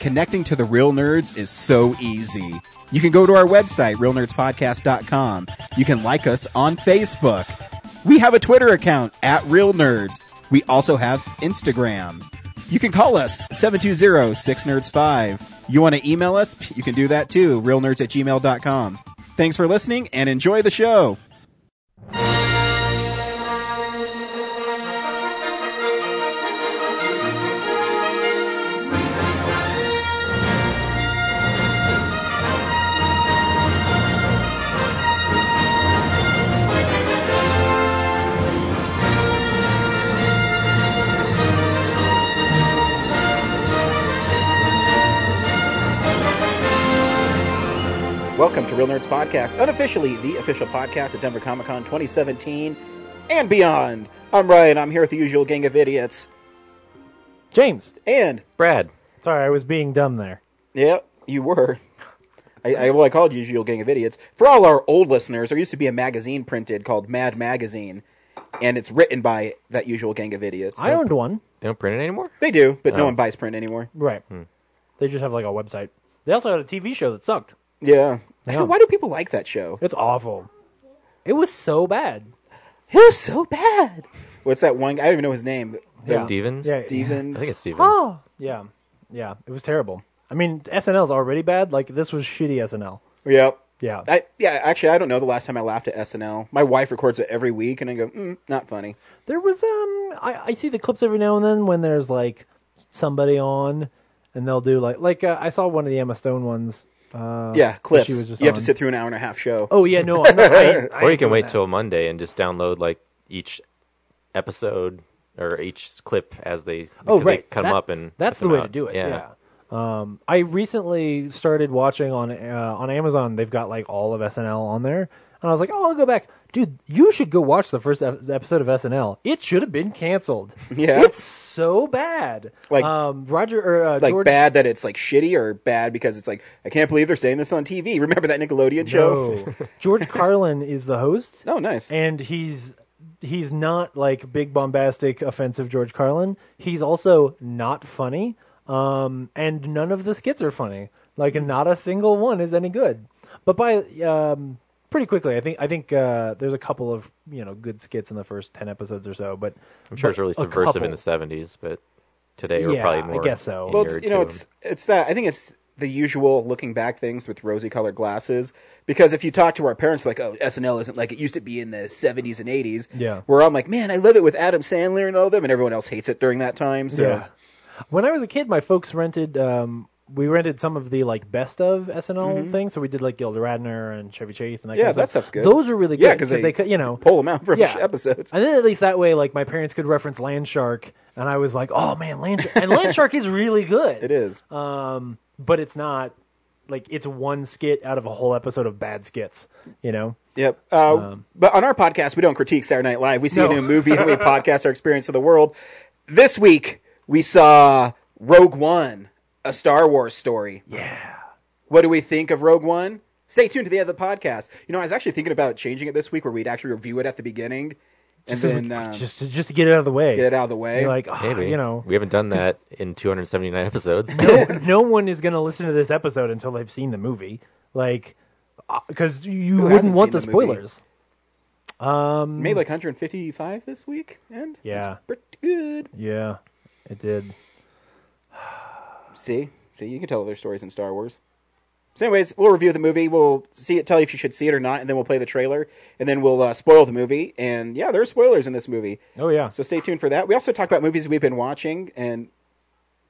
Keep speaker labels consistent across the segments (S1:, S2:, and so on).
S1: connecting to the real nerds is so easy. You can go to our website, realnerdspodcast.com. You can like us on Facebook. We have a Twitter account at Real Nerds. We also have Instagram. You can call us 720-6nerds5. You want to email us? You can do that too, realnerds at gmail.com. Thanks for listening and enjoy the show. Welcome to Real Nerds Podcast, unofficially the official podcast at Denver Comic Con 2017 and beyond. I'm Ryan. I'm here with the usual gang of idiots.
S2: James.
S1: And,
S3: Brad.
S2: Sorry, I was being dumb there.
S1: yeah, you were. I, I, well, I called you usual gang of idiots. For all our old listeners, there used to be a magazine printed called Mad Magazine, and it's written by that usual gang of idiots.
S2: I Oh. owned one.
S3: They don't print it anymore?
S1: They do, but no one buys print anymore.
S2: Right. They just have like a website. They also had a TV show that sucked.
S1: Yeah.
S2: Yeah.
S1: Why do people like that show?
S2: It's awful. It was so bad.
S1: It was so bad. What's that one? guy? I don't even know his name. The-
S2: Yeah.
S3: Stevens?
S2: Yeah.
S1: Steven.
S3: I think it's Steven.
S2: Oh. Yeah. Yeah. It was terrible. I mean, SNL's already bad. Like this was shitty SNL.
S1: Yep.
S2: Yeah.
S1: I, yeah, actually, I don't know the last time I laughed at SNL. My wife records it every week, and I go, mm, not funny.
S2: There was um I, I see the clips every now and then when there's like somebody on and they'll do like like uh, I saw one of the Emma Stone ones. Uh,
S1: yeah, clips.
S2: she was
S1: You
S2: just
S1: have to
S2: on.
S1: sit through an hour and a half show.
S2: Oh yeah, no. I'm not, I, ain't- I
S3: or you
S2: ain't
S3: can
S2: doing
S3: wait
S2: that.
S3: till Monday and just download like each episode or each clip as they
S2: Oh,
S3: because they
S2: right.
S3: cut them
S2: That-
S3: up and
S2: that's
S3: put
S2: the
S3: 'em
S2: way to
S3: out.
S2: do it. Yeah. Um, I recently started watching on uh, on Amazon. They've got like all of SNL on there, and I was like, "Oh, I'll go back, dude. You should go watch the first ep- episode of SNL. It should have been canceled.
S1: Yeah.
S2: it's so bad.
S1: Like-
S2: um, Roger or uh,
S1: like
S2: George,
S1: bad that it's like shitty, or bad because it's like I can't believe they're saying this on TV. Remember that Nickelodeon show?
S2: No. George Carlin is the host,
S1: Oh, nice.
S2: and he's he's not like big bombastic offensive George Carlin. He's also not funny. Um and none of the skits are funny. Like not a single one is any good. But by um pretty quickly, I think I think uh there's a couple of, you know, good skits in the first 10 episodes or so, but
S3: I'm sure it's really
S2: but a
S3: subversive in
S2: couple.
S3: the 70s, but today we're
S2: Yeah, I
S3: probably more.
S2: guess so.
S1: well, it's,
S3: inured
S1: you know,
S3: to 'em.
S1: it's it's that. I think it's the usual looking back things with rosy colored glasses. Because if you talk to our parents, like, oh, SNL isn't like it used to be in the '70s and '80s.
S2: Yeah.
S1: where I'm like, man, I love it with Adam Sandler and all of them, and everyone else hates it during that time. So
S2: Yeah. When I was a kid, my folks rented. Um, we rented some of the like best of SNL things. So we did like Gilda Radner and Chevy Chase and that.
S1: Yeah,
S2: kind of
S1: that
S2: stuff.
S1: stuff's good.
S2: Those are really good.
S1: Yeah, 'cause they-
S2: could, you know,
S1: pull them out from
S2: Yeah.
S1: episodes.
S2: and then at least that way, like my parents could reference Landshark, and I was like, oh man, Landshark, and Landshark is really good.
S1: It is.
S2: Um, but it's not like it's one skit out of a whole episode of bad skits. You know.
S1: Yep. Uh, but on our podcast, we don't critique Saturday Night Live. We see a
S2: Um, No.
S1: new movie and we podcast our experience of the world. This week, we saw Rogue One, a Star Wars story.
S2: Yeah.
S1: What do we think of Rogue One? Stay tuned to the end of the podcast. You know, I was actually thinking about changing it this week where we'd actually review it at the beginning and then um,
S2: just to, just to get it out of the way.
S1: get it out of the way.
S2: You're like, "Ah,
S3: Maybe.
S2: you know,
S3: We haven't done that in 279 episodes.
S2: no, no one is going to listen to this episode until they've seen the movie, like, because you wouldn't
S1: hasn't
S2: want the,
S1: seen the movie?
S2: spoilers. Um,
S1: Made like 155 this week, and
S2: Yeah.
S1: it's pretty good.
S2: yeah, it did.
S1: See, see, you can tell other stories in Star Wars. So, anyways, we'll review the movie. We'll see it, tell you if you should see it or not, and then we'll play the trailer, and then we'll uh, spoil the movie. And yeah, there are spoilers in this movie,
S2: Oh yeah,
S1: so stay tuned for that. We also talk about movies we've been watching, and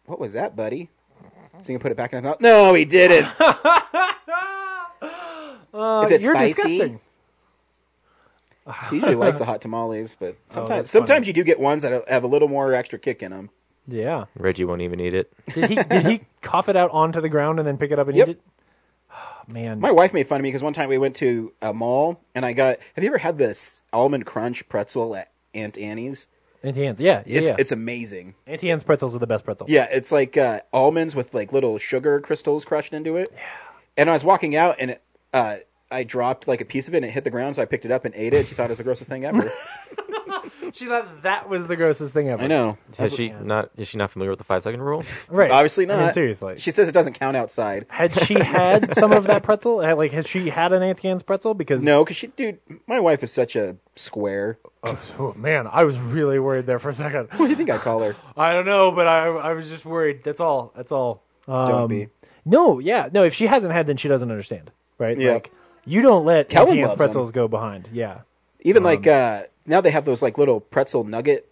S1: what was that, buddy? So you can put it back in his mouth. No, he didn't.
S2: Uh,
S1: Is it
S2: you're
S1: spicy?
S2: disgusting.
S1: he usually likes the hot tamales, but sometimes
S2: Oh, that's funny.
S1: sometimes you do get ones that have a little more extra kick in them.
S2: Yeah.
S3: Reggie won't even eat it.
S2: Did he did he cough it out onto the ground and then pick it up and
S1: Yep.
S2: eat it? Oh, man,
S1: My wife made fun of me because one time we went to a mall, and I got. Have you ever had this almond crunch pretzel at Aunt Annie's?
S2: Auntie Anne's. Yeah, yeah.
S1: It's
S2: yeah.
S1: it's amazing.
S2: Auntie Anne's pretzels are the best pretzels.
S1: Yeah, it's like uh, almonds with like little sugar crystals crushed into it. Yeah. And I was walking out, and it, uh, I dropped like a piece of it, and it hit the ground. So I picked it up and ate it. She thought it was the grossest thing ever.
S2: she thought that was the grossest thing ever.
S1: I know.
S3: Has she not? Is she not familiar with the five second rule?
S2: Right.
S1: Obviously not.
S2: I mean, seriously.
S1: She says it doesn't count outside.
S2: had she had some of that pretzel? Had, Like, has she had an Aunt Jan's pretzel? Because
S1: No, because she, dude, my wife is such a square.
S2: oh, so- man, I was really worried there for a second.
S1: What do you think I call her?
S2: I don't know, but I I was just worried. That's all. That's all. Um,
S1: be.
S2: No, yeah, no. If she hasn't had, then she doesn't understand, right?
S1: Yeah.
S2: Like, you don't let
S1: Kellen
S2: Aunt Jan's
S1: loves
S2: pretzels go behind. Yeah.
S1: Even like uh, now they have those like little pretzel nugget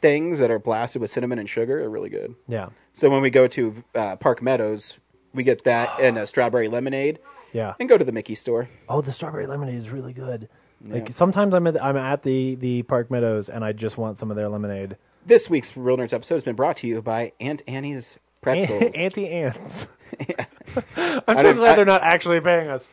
S1: things that are blasted with cinnamon and sugar. They're really good.
S2: Yeah.
S1: So when we go to uh, Park Meadows, we get that and a strawberry lemonade,
S2: Yeah.
S1: and go to the Mickey store.
S2: Oh, the strawberry lemonade is really good. Like sometimes I'm at I'm at the the Park Meadows and I just want some of their lemonade.
S1: This week's Real Nerds episode has been brought to you by Aunt Annie's Pretzels.
S2: Auntie ants.
S1: I
S2: I'm so
S1: don't-
S2: glad
S1: I-
S2: they're not actually paying us.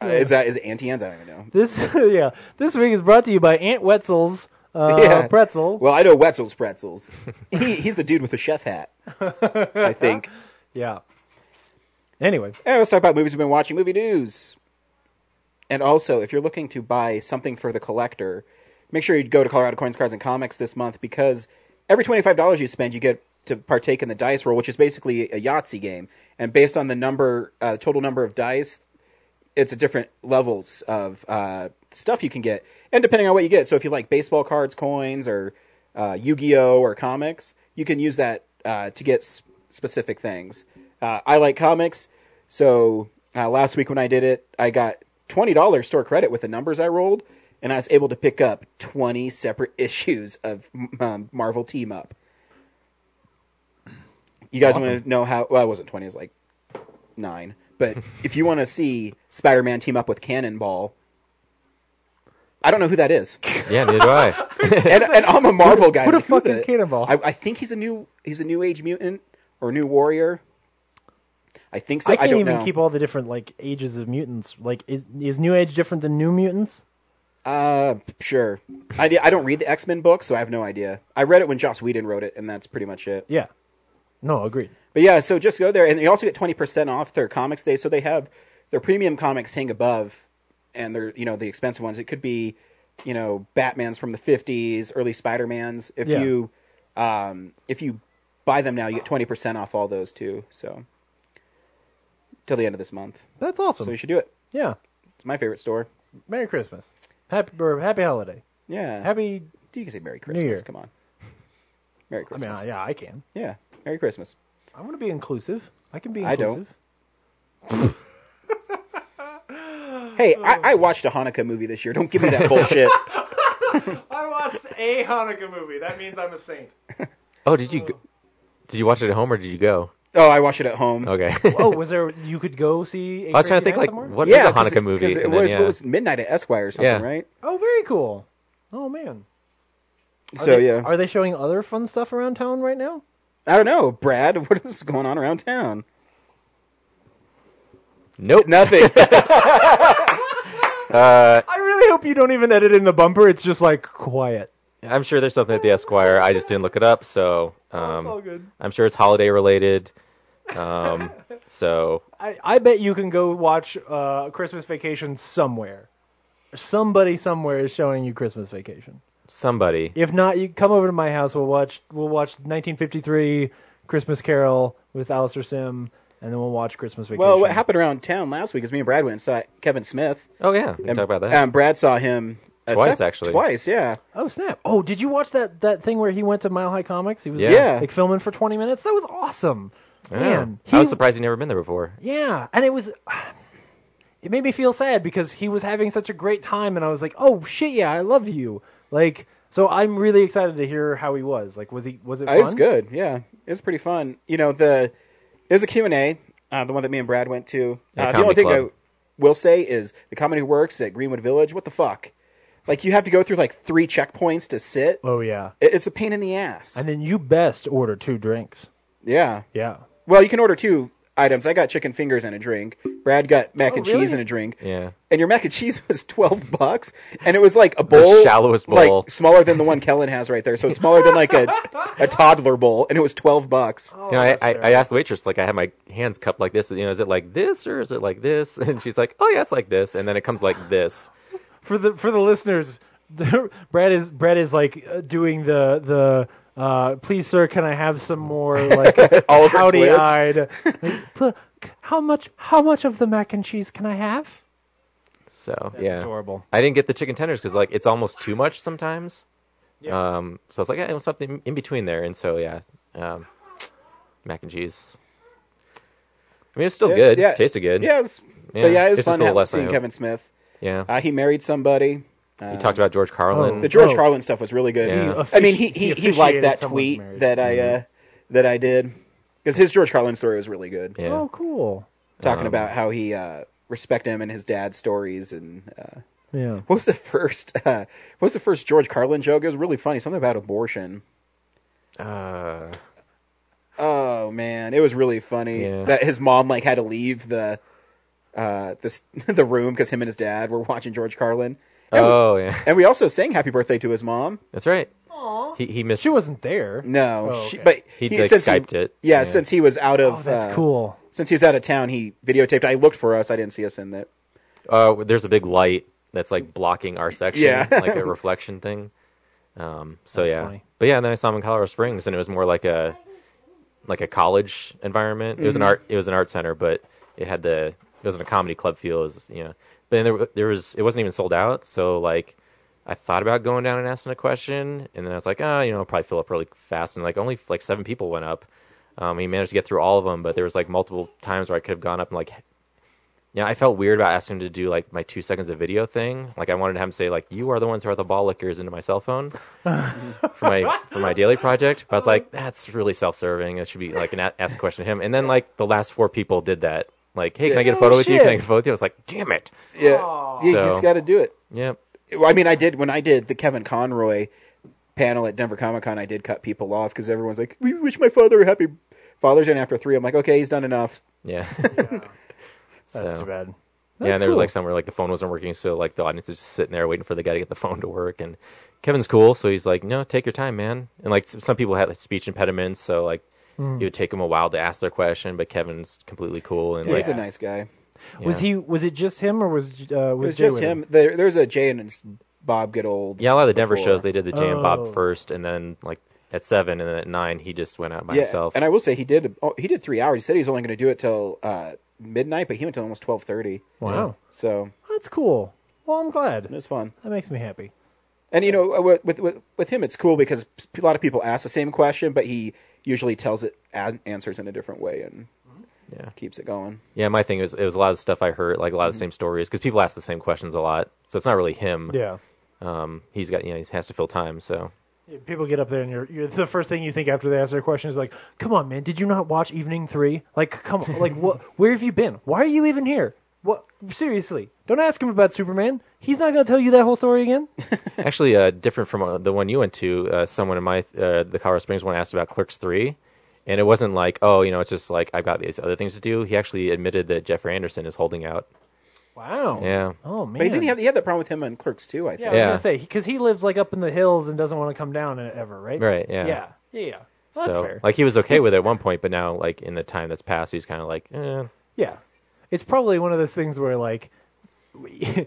S1: Uh, is that is it Auntie Anne's? I don't even know.
S2: This yeah. This week is brought to you by Aunt Wetzel's uh,
S1: Yeah.
S2: pretzel.
S1: Well, I know Wetzel's Pretzels. he, he's the dude with the chef hat, I think.
S2: yeah. Anyway,
S1: Yeah, Eh, let's talk about movies we've been watching, movie news. And also, if you're looking to buy something for the collector, make sure you go to Colorado Coins, Cards, and Comics this month because every $25 you spend, you get to partake in the dice roll, which is basically a Yahtzee game. And based on the number, uh, total number of dice, it's a different levels of uh, stuff you can get, and depending on what you get. So if you like baseball cards, coins, or uh, Yu-Gi-Oh or comics, you can use that uh, to get s- specific things. Uh, I like comics, so uh, last week when I did it, I got twenty dollars store credit with the numbers I rolled, and I was able to pick up twenty separate issues of um, Marvel Team Up. You guys want to know how? Well, it wasn't twenty; it was like nine. But if you want to see Spider-Man team up with Cannonball, I don't know who that is,
S3: Yeah, neither do I.
S1: and, and I'm a Marvel guy.
S2: who the
S1: I know
S2: fuck is
S1: that.
S2: Cannonball?
S1: I, I think he's a new he's a new age mutant or new warrior. I think so.
S2: I can't
S1: don't
S2: even
S1: know.
S2: keep all the different like ages of mutants. Like, is is New Age different than New Mutants?
S1: Uh, sure. I di- I don't read the X Men book, so I have no idea. I read it when Joss Whedon wrote it, and that's pretty much it.
S2: Yeah. No, agreed.
S1: But yeah, so just go there, and you also get twenty percent off their comics day. So they have their premium comics hang above, and they're you know the expensive ones. It could be you know Batman's from the fifties, early Spider Mans. If
S2: Yeah.
S1: you um, if you buy them now, you get twenty percent off all those too. So till the end of this month,
S2: That's awesome.
S1: so you should do it.
S2: yeah.
S1: It's my favorite store.
S2: Merry Christmas. Happy or happy holiday.
S1: Yeah,
S2: Happy.
S1: you can say Merry
S2: Year.
S1: Christmas. Come on, Merry
S2: I mean,
S1: Christmas.
S2: I- yeah, I can.
S1: yeah, Merry Christmas.
S2: I want to be inclusive. I can be
S1: I
S2: inclusive.
S1: don't. Hey, I, I watched a Hanukkah movie this year. Don't give me that bullshit.
S2: I watched a Hanukkah movie. That means I'm a saint.
S3: Oh, did you? go- Did you watch it at home or did you go?
S1: Oh, I watched it at home.
S3: Okay.
S2: oh, was there? You could go see. A
S3: I was
S2: Crazy
S3: trying to think
S2: Night
S3: like
S2: somewhere?
S3: what is
S1: yeah,
S3: a
S1: 'cause
S3: Hanukkah
S1: it-
S3: movie?
S1: 'cause It
S3: And then,
S1: was,
S3: yeah.
S1: what was Midnight at Esquire or something,
S3: Yeah.
S1: right?
S2: Oh, very cool. Oh man. Are
S1: so
S2: they-
S1: yeah,
S2: Are they showing other fun stuff around town right now?
S1: I don't know, Brad. What is going on around town?
S3: Nope.
S1: Nothing.
S2: I really hope you don't even edit in the bumper. It's just like quiet.
S3: I'm sure there's something at the Esquire. I just didn't look it up, so
S2: it's all
S3: um,
S2: good.
S3: I'm sure it's holiday related. Um, so
S2: I, I bet you can go watch uh, Christmas Vacation somewhere. Somebody somewhere is showing you Christmas Vacation.
S3: somebody,
S2: If not, you come over to my house. We'll watch. We'll watch 1953 Christmas Carol with Alistair Sim, and then we'll watch Christmas Vacation.
S1: well, what happened around town last week is me and Brad went and saw Kevin Smith.
S3: oh yeah, we can talk about that.
S1: Um, Brad saw him a
S3: Twice, actually.
S1: Twice, yeah.
S2: Oh snap! Oh, did you watch that that thing where he went to Mile High Comics? He was
S3: Yeah.
S1: Yeah.
S2: like filming for 20 minutes. That was awesome.
S3: Yeah.
S2: Man,
S3: I
S2: he-
S3: was surprised you've never been there before.
S2: Yeah, and it was. It made me feel sad because he was having such a great time, and I was like, "Oh shit, yeah, I love you." Like, so I'm really excited to hear how he was. Like, was he was it?
S1: Uh, It was
S2: fun?
S1: good. Yeah, it was pretty fun. You know, the there's a Q and A, uh, the one that me and Brad went to.
S3: Yeah,
S1: Uh, the only
S3: Comedy
S1: thing
S3: Club.
S1: I will say is the comedy works at Greenwood Village. What the fuck? Like you have to go through like three checkpoints to sit.
S2: Oh yeah,
S1: It- It's a pain in the ass.
S2: and then you best order two drinks.
S1: yeah.
S2: Yeah,
S1: Well, you can order two items. I got chicken fingers and a drink. Brad got mac and
S2: Oh, really?
S1: cheese and a drink.
S3: Yeah.
S1: And your mac and cheese was twelve bucks, and it was like a bowl,
S3: shallowest bowl.
S1: like smaller than the one Kellen has right there. So it's smaller than like a a toddler bowl, and it was twelve bucks.
S2: Oh,
S3: you know, I, I, I asked the waitress like I had my hands cupped like this. You know, is it like this or is it like this? And she's like, oh yeah, it's like this. And then it comes like this.
S2: for the for the listeners, the, Brad is Brad is like uh, doing the the uh, please sir, can I have some more like
S3: Oliver
S2: howdy
S3: Twist.
S2: eyed? how much how much of the mac and cheese can I have?
S3: So
S2: That's
S3: yeah,
S2: adorable.
S3: I didn't get the chicken tenders because like it's almost too much sometimes. Um, so I was like, I want something in between there, and so yeah, um, mac and cheese. I mean, it's still
S1: Yeah,
S3: good.
S1: yeah.
S3: tasted good.
S1: Yeah, it was,
S3: Yeah,
S1: but yeah, it was
S3: it's just
S1: fun
S3: a little
S1: ha-
S3: less than
S1: seeing
S3: I-
S1: Kevin Smith.
S3: yeah.
S1: Uh, he married somebody. Uh,
S3: you talked about George Carlin.
S2: oh.
S1: the George
S2: Oh.
S1: Carlin stuff was really good.
S3: Yeah.
S2: He
S1: I mean, he
S2: offici-
S1: he,
S2: he
S1: he liked that
S2: officiated someone's
S1: tweet
S2: marriage.
S1: that I uh, that I did because his George Carlin story was really good.
S3: yeah.
S2: Oh, cool.
S1: Talking
S3: Um,
S1: about how he uh, respected him and his dad's stories and. Uh,
S2: Yeah.
S1: what was the first? Uh, what was the first George Carlin joke? It was really funny. Something about abortion.
S3: Uh,
S1: Oh man, it was really funny
S3: Yeah.
S1: that his mom like had to leave the uh this the room because him and his dad were watching George Carlin. And, we,
S3: oh yeah,
S1: and we also sang "Happy Birthday" to his mom.
S3: that's right. He he missed.
S2: She wasn't there.
S1: No,
S2: Oh,
S1: she,
S2: okay.
S1: but
S3: He, like,
S1: since
S3: Skyped it.
S1: Yeah,
S3: Yeah.
S1: since he was out of
S2: Oh, that's
S1: uh,
S2: cool.
S1: Since he was out of town, he videotaped. I looked for us. I didn't see us in that.
S3: Uh, there's a big light that's like blocking our section,
S1: Yeah.
S3: like a reflection thing. Um, so
S2: That's
S3: yeah,
S2: funny.
S3: but yeah, and then I saw him in Colorado Springs, and it was more like a like a college environment. It was an art, it was an art center, but it had the it wasn't a comedy club feel. It was, you know, but then there wa- there was it wasn't even sold out. So like, I thought about going down and asking a question, and then I was like, oh, you know, I'll probably fill up really fast, and like only like seven people went up. Um, he managed to get through all of them, but there was like multiple times where I could have gone up and like yeah, I felt weird about asking him to do like my two seconds of video thing. Like I wanted to have him say like, "You are the ones who are the ball lickers into my cell phone for my for my daily project." But I was like, "That's really self serving. It should be like an a- ask a question to him." And then like the last four people did that. Like, "Hey, can I get a photo with you? Can I get a photo with you?" I was like, "Damn it!"
S1: Yeah, you
S3: So-
S1: just got to do it.
S3: Yeah,
S1: Well, I mean, I did when I did the Kevin Conroy panel at Denver Comic Con. I did cut people off because everyone's like, "We wish my father a happy Father's Day." And after three, I'm like, "Okay, he's done enough."
S3: yeah,
S2: That's
S3: So-
S2: too bad.
S3: yeah. And there was
S2: cool.
S3: like somewhere like the phone wasn't working, so like the audience is just sitting there waiting for the guy to get the phone to work. And Kevin's cool, so he's like, "No, take your time, man." And like s- some people had like, speech impediments, so like. It would take him a while to ask their question, but Kevin's completely cool and like
S1: He's a nice guy.
S2: Was
S3: Yeah.
S2: he? Was it just him, or was uh,
S1: It
S2: was,
S1: was
S2: Jay
S1: just
S2: with
S1: him. There, there's a Jay and Bob get old.
S3: Yeah, a lot of the Denver
S1: before.
S3: shows they did the Jam Bob
S2: Oh.
S3: first, and then like at seven, and then at nine he just went out by
S1: yeah,
S3: himself.
S1: and I will say he did. Oh, he did three hours. He said he was only going to do it till uh, midnight, but he went till almost twelve thirty.
S2: Wow,
S1: So
S2: that's cool. Well, I'm
S1: it
S2: glad.
S1: was fun.
S2: That makes me happy.
S1: And you know, uh, with with- with with him, it's cool because a lot of people ask the same question, but he usually tells it an- answers in a different way and
S3: Mm-hmm. Yeah.
S1: keeps it going.
S3: yeah, my thing is it was a lot of stuff I heard, like a lot of the same stories, because people ask the same questions a lot. So it's not really him.
S2: Yeah.
S3: Um, he's got you know he has to fill time. So
S2: Yeah, People get up there, and you're, you're the first thing you think after they ask their question is like, "Come on, man! Did you not watch Evening Three? Like, come on! Like, what? Where have you been? Why are you even here? What? Seriously, don't ask him about Superman. He's not going to tell you that whole story again.
S3: actually, uh, different from uh, the one you went to, uh, someone in my uh, the Colorado Springs one asked about Clerks three. And it wasn't like, oh, you know, it's just like I've got these other things to do. He actually admitted that Jeffrey Anderson is holding out.
S2: Wow.
S3: Yeah,
S2: Oh man.
S1: But he didn't have he had that problem with him on Clerks too. I
S2: yeah,
S1: think.
S2: I was
S3: Yeah.
S2: gonna say because he lives like up in the hills and doesn't want to come down ever, right?
S3: right. Yeah,
S2: Yeah. Yeah. yeah. Well, that's
S3: so
S2: fair.
S3: like he was okay with it at one point, but now like in the time that's passed, he's kind of like, eh,
S2: Yeah, it's probably one of those things where like, we-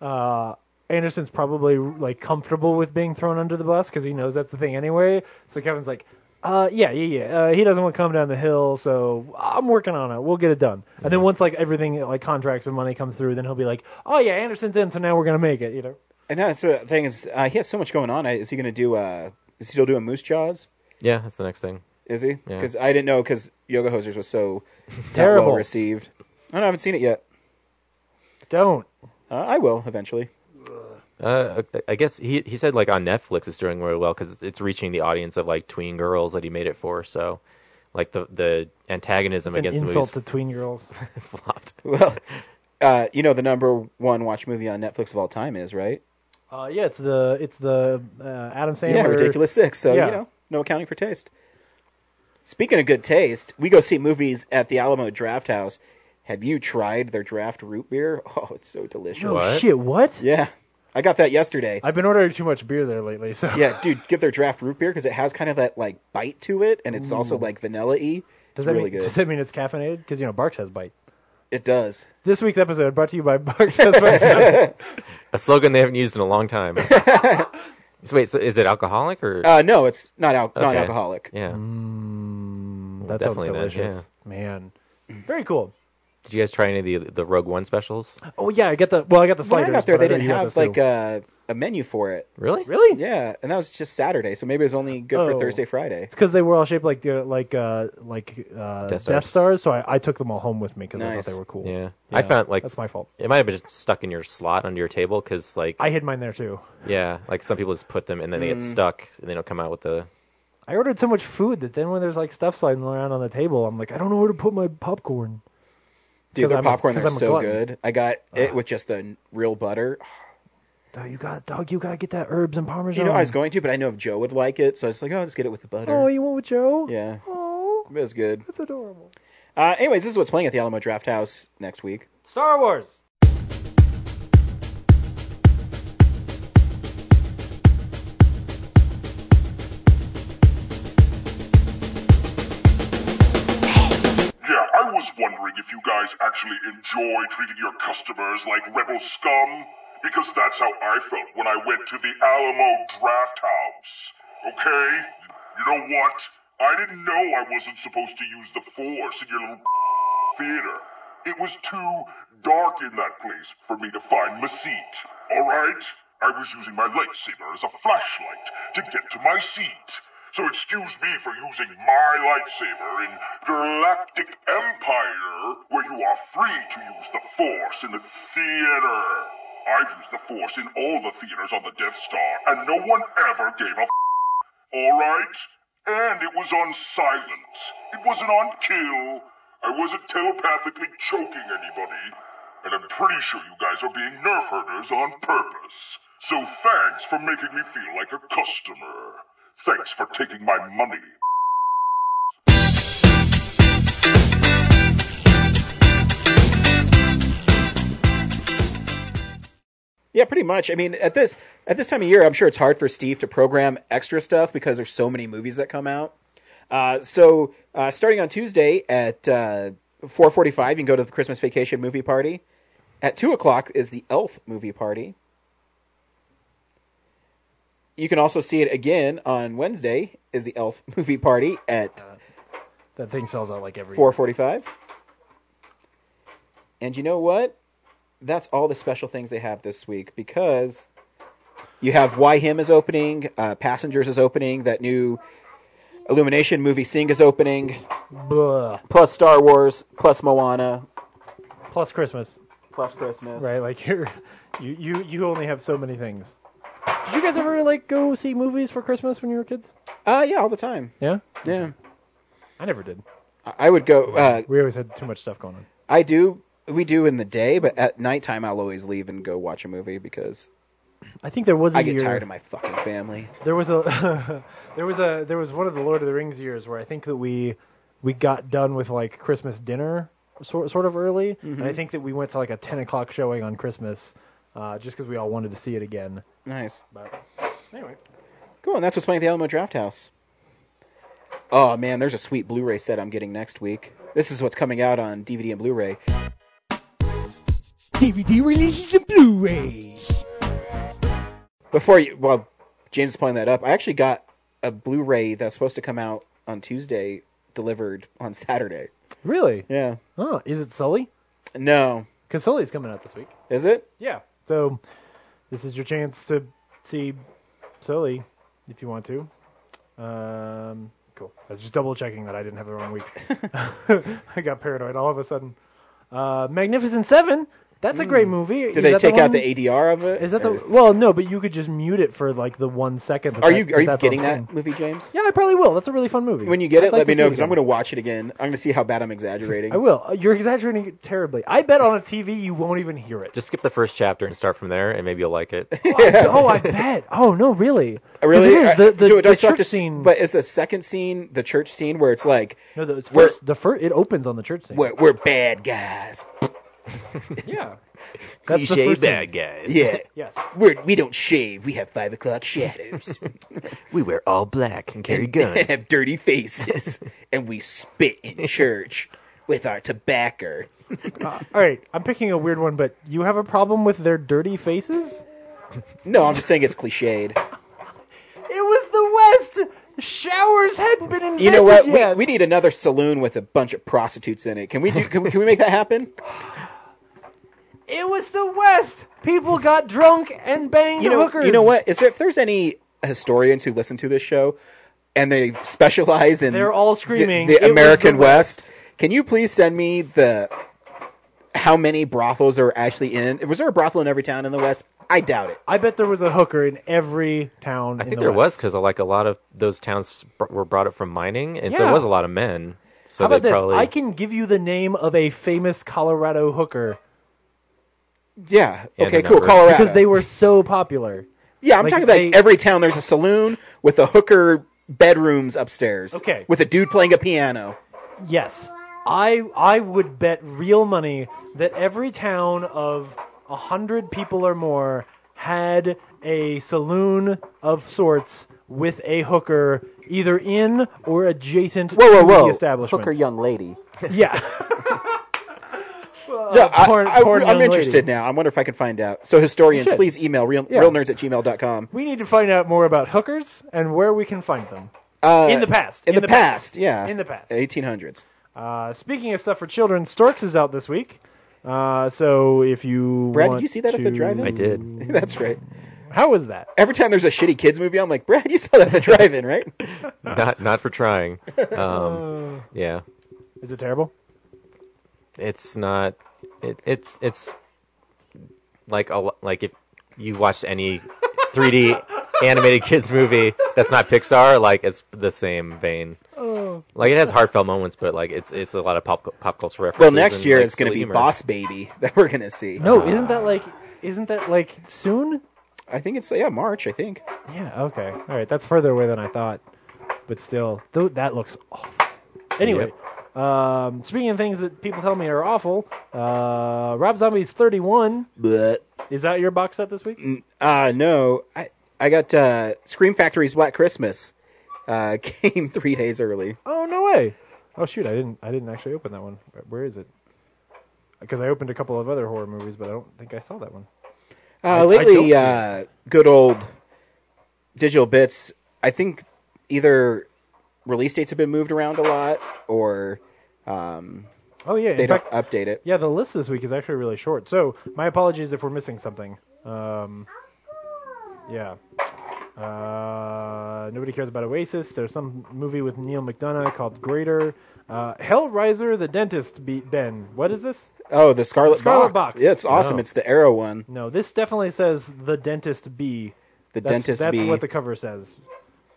S2: uh, Anderson's probably like comfortable with being thrown under the bus because he knows that's the thing anyway. So Kevin's like, uh, yeah, yeah, yeah. Uh, he doesn't want to come down the hill, so I'm working on it. We'll get it done. And then once like everything like contracts and money comes through, then he'll be like, oh yeah, Anderson's in, so now we're gonna make it. You know.
S1: And that's the thing is, uh, he has so much going on. I- Is he going to do? Uh, is he still doing Moose Jaws?
S3: yeah, that's the next thing.
S1: Is he?
S3: Yeah.
S1: Because I didn't know because Yoga Hosers was so
S2: Terrible.
S1: well received. I, don't know, I haven't seen it yet.
S2: Don't.
S1: Uh, I will eventually.
S3: Uh, I- I guess he he said like on Netflix it's doing really well because it's reaching the audience of like tween girls that he made it for. So, like the the antagonism
S2: It's an
S3: against the
S2: insult
S3: movies
S2: to tween girls.
S3: flopped.
S1: Well, uh, you know the number one watch movie on Netflix of all time is right.
S2: Uh, yeah, it's the it's the uh, Adam Sandler.
S1: Yeah, ridiculous six. So
S2: Yeah.
S1: you know, no accounting for taste. Speaking of good taste, we go see movies at the Alamo Draft House. Have you tried their draft root beer? Oh, it's so delicious.
S2: Oh
S3: What?
S2: shit! What?
S1: Yeah, I got that yesterday.
S2: I've been ordering too much beer there lately, so
S1: yeah, dude, get their draft root beer because it has kind of that like bite to it, and it's also like vanilla y. It's
S2: Does that
S1: really
S2: mean
S1: good.
S2: does that mean it's caffeinated? Because you know Barks has bite.
S1: It does.
S2: This week's episode brought to you by Barks Mm, Best Western.
S3: A slogan they haven't used in a long time. so wait, so is it alcoholic or?
S1: Uh, no, it's not al-
S3: Okay.
S1: non-alcoholic.
S3: yeah.
S2: that sounds
S3: definitely not,
S2: delicious, man. Very cool.
S3: Did you guys try any of the the Rogue One specials?
S2: Oh yeah, I get the well. I got the
S1: When
S2: sliders.
S1: I got there,
S2: but
S1: they
S2: I know
S1: didn't
S2: you got
S1: have
S2: those
S1: like
S2: too.
S1: a, a menu for it.
S3: Really?
S2: really.
S1: Yeah, and that was just Saturday, so maybe it was only good for
S2: Oh.
S1: Thursday, Friday.
S2: It's because they were all shaped like the like uh like uh Death
S3: Death
S2: Stars,
S3: Stars.
S2: so I, I took them all home with me because I
S1: Nice.
S2: thought they were cool.
S3: Yeah. I found like
S2: that's my fault.
S3: It might have been just stuck in your slot under your table because like
S2: I hid mine there too.
S3: yeah, like some people just put them and then they get stuck and they don't come out with the
S2: I ordered so much food that then when there's like stuff sliding around on the table, I'm like, I don't know where to put my popcorn.
S1: Dude,
S2: 'Cause
S1: their
S2: I'm a-
S1: popcorn
S2: 'cause
S1: they're
S2: I'm a
S1: so
S2: glutton.
S1: good. I got it with just the real butter.
S2: Oh, you got dog. You gotta get that herbs and parmesan.
S1: You know, I was going to, but I know if Joe would like it, so I was like, oh, just get it with the butter.
S2: Oh, you went with Joe?
S1: yeah,
S2: Oh,
S1: it was good.
S2: that's adorable.
S1: Uh, anyways, this is what's playing at the Alamo Draft House next week.
S2: Star Wars.
S4: Yeah, I was wondering if you guys actually enjoy treating your customers like rebel scum, because that's how I felt when I went to the Alamo Draft House. Okay? You know what? I didn't know I wasn't supposed to use the force in your little theater. It was too dark in that place for me to find my seat. All right? I was using my lightsaber as a flashlight to get to my seat. So excuse me for using my lightsaber in Galactic Empire, where you are free to use the Force in the theater. I've used the Force in all the theaters on the Death Star, and no one ever gave a all right? And it was on silent. It wasn't on kill. I wasn't telepathically choking anybody. And I'm pretty sure you guys are being nerf herders on purpose. So thanks for making me feel like a customer. Thanks for taking my money.
S1: Yeah, pretty much. I mean, at this at this time of year, I'm sure it's hard for Steve to program extra stuff because there's so many movies that come out. Uh, so uh, starting on Tuesday at uh, 4:45, you can go to the Christmas Vacation movie party. At two o'clock is the Elf movie party. You can also see it again on Wednesday. Is the Elf movie party at
S2: That thing sells out like every.
S1: four forty-five? And you know what? That's all the special things they have this week because you have Why Him is opening, uh, Passengers is opening, that new Illumination movie Sing is opening,
S2: Blah.
S1: plus Star Wars, plus Moana,
S2: Plus Christmas,
S1: plus Christmas.
S2: right? Like you're, you you you only have so many things. Did you guys ever like go see movies for Christmas when you were kids?
S1: Uh, yeah, all the time.
S2: Yeah,
S1: Yeah,
S2: I never did.
S1: I I would go. Uh,
S2: We always had too much stuff going on.
S1: I do. We do in the day, but at nighttime I'll always leave and go watch a movie because
S2: I think there was a
S1: I get
S2: year.
S1: tired of my fucking family.
S2: there was a there was a there was one of the Lord of the Rings years where I think that we we got done with like Christmas dinner sort sort of early, and I think that we went to like a ten o'clock showing on Christmas, uh, just because we all wanted to see it again.
S1: Nice.
S2: But anyway,
S1: Cool, and that's what's playing at the Alamo Draft House. Oh man, there's a sweet Blu-ray set I'm getting next week. This is what's coming out on DVD and Blu-ray.
S5: DVD releases and Blu-rays.
S1: Before you, well, James is pulling that up. I actually got a Blu-ray that's supposed to come out on Tuesday, delivered on Saturday.
S2: really,
S1: Yeah.
S2: oh, is it Sully?
S1: No,
S2: Because Sully's coming out this week.
S1: is it?
S2: Yeah. So this is your chance to see Sully if you want to. Um, cool. I was just double checking that I didn't have the wrong week. I got paranoid all of a sudden. Uh, Magnificent Seven. That's a great movie.
S1: Did they take out the ADR of it?
S2: Is that the
S1: Or-
S2: well? No, but you could just mute it for like the one second. that
S1: Are
S2: that-
S1: you are you
S2: that's on
S1: getting
S2: screen.
S1: that movie, James?
S2: Yeah, I probably will. That's a really fun movie.
S1: When you get
S2: I'd
S1: it,
S2: like
S1: let me
S2: to see
S1: know
S2: it
S1: because I'm
S2: again.
S1: going to watch it again. I'm going to see how bad I'm exaggerating.
S2: I will. Uh, You're exaggerating terribly. I bet on a TV you won't even hear it.
S3: Just skip the first chapter and start from there, and maybe you'll like it.
S2: Oh, I bet. Oh no, really?
S1: Really?
S2: Because it is. The, the,
S1: do, do I
S2: the
S1: still have
S2: church
S1: to, s-
S2: scene.
S1: But it's the second scene, the church scene, where it's like
S2: no, the
S1: where-
S2: first, the first, it opens on the church scene.
S1: we're, we're bad guys.
S2: Yeah. That's the
S3: Cliche
S2: first scene.
S3: bad guys.
S1: Yeah.
S2: Yes.
S1: We're, we don't shave. We have five o'clock shadows
S3: We wear all black and carry guns.
S1: and have dirty faces. and we spit in church with our tobacco.
S2: All right, I'm picking a weird one, but you have a problem with their dirty faces?
S1: No, I'm just saying it's cliched.
S2: It was the West. Showers hadn't been invented
S1: You know what?
S2: yet.
S1: We, we need another saloon with a bunch of prostitutes in it. Can we do? Can, we- can we make that happen?
S2: it was the West. People got drunk and banged
S1: You know.
S2: hookers.
S1: You know what? Is there, if there's any historians who listen to this show, and they specialize in
S2: They're all
S1: the-
S2: screaming,
S1: the,
S2: "It was
S1: American
S2: the
S1: West. Can you please send me the how many brothels are actually in? Was there a brothel in every town in the West? I doubt it.
S2: I bet there was a hooker in every town.
S3: I think there was because like a lot of those towns br- were brought up from mining, and so
S2: Yeah.
S3: it was a lot of men. So
S2: How about
S3: they
S2: this?
S3: probably
S2: I can give you the name of a famous Colorado hooker
S1: Yeah.
S3: And
S1: Okay.
S3: a
S1: Cool.
S3: number.
S1: Colorado.
S2: because they were so popular.
S1: Yeah, I'm
S2: Like,
S1: talking about
S2: they-
S1: every town. There's a saloon with a hooker bedrooms upstairs.
S2: Okay.
S1: With a dude playing a piano.
S2: Yes. I I would bet real money that every town of a hundred people or more had a saloon of sorts with a hooker either in or adjacent
S1: Whoa, whoa,
S2: to
S1: whoa!
S2: the establishment.
S1: Hooker, young lady.
S2: Yeah.
S1: yeah, I,
S2: porn-
S1: I,
S2: porn
S1: am
S2: young
S1: interested
S2: lady.
S1: now. I wonder if I can find out. So historians,
S2: should.
S1: please email real,
S2: Yeah.
S1: realnerds at gmail.com.
S2: we need to find out more about hookers and where we can find them.
S1: Uh,
S2: In the past.
S1: In, the, past, yeah.
S2: In the past.
S1: 1800s.
S2: Uh, speaking of stuff for children, Storks is out this week. Uh, so if you
S1: Brad, did
S2: want
S1: you see that at the
S2: to-
S1: drive-in?
S3: I did.
S1: That's right.
S2: How was that?
S1: Every time there's a shitty kids movie, I'm like, Brad, you saw that at the drive-in, right?
S3: not not for trying. Um, yeah,
S2: Is it terrible?
S3: it's not. It, it's it's like a lo- like if you watched any 3D animated kids movie that's not Pixar, like it's the same vein.
S2: Oh.
S3: Like it has heartfelt moments, but like it's it's a lot of pop pop culture references.
S1: well, next
S3: and,
S1: year
S3: like,
S1: it's going to
S3: silly
S1: be
S3: humor.
S1: Boss Baby that we're going to see.
S2: No, isn't that like isn't that like soon?
S1: I think it's, yeah, March, I think.
S2: Yeah, okay. All right, that's further away than I thought. But still, th- that looks awful. Anyway, um, speaking of things that people tell me are awful, uh, Rob Zombie's 31
S1: But
S2: is that your box set this week?
S1: Uh no. I I got uh Scream Factory's Black Christmas. Uh came 3 days early.
S2: Oh, no way. Oh shoot, I didn't I didn't actually open that one. Where- Where is it? Because I opened a couple of other horror movies, but I don't think I saw that one.
S1: Uh
S2: I don't
S1: lately
S2: see
S1: uh good old Digital Bits. I think either release dates have been moved around a lot or um
S2: Oh yeah,
S1: they
S2: in fact,
S1: don't update it.
S2: yeah, the list this week is actually really short. So my apologies if we're missing something. Um, yeah. Uh, nobody cares about Oasis. There's some movie with Neil McDonough called Greater. Uh, Hellraiser the Dentist beat Ben. What is this?
S1: Oh, the Scarlet,
S2: Scarlet
S1: Box.
S2: Box. Oh.
S1: Yeah, it's awesome.
S2: Wow.
S1: It's the Arrow one.
S2: No, this definitely says the Dentist B.
S1: The
S2: That's,
S1: dentist
S2: That's
S1: bee.
S2: what the cover says.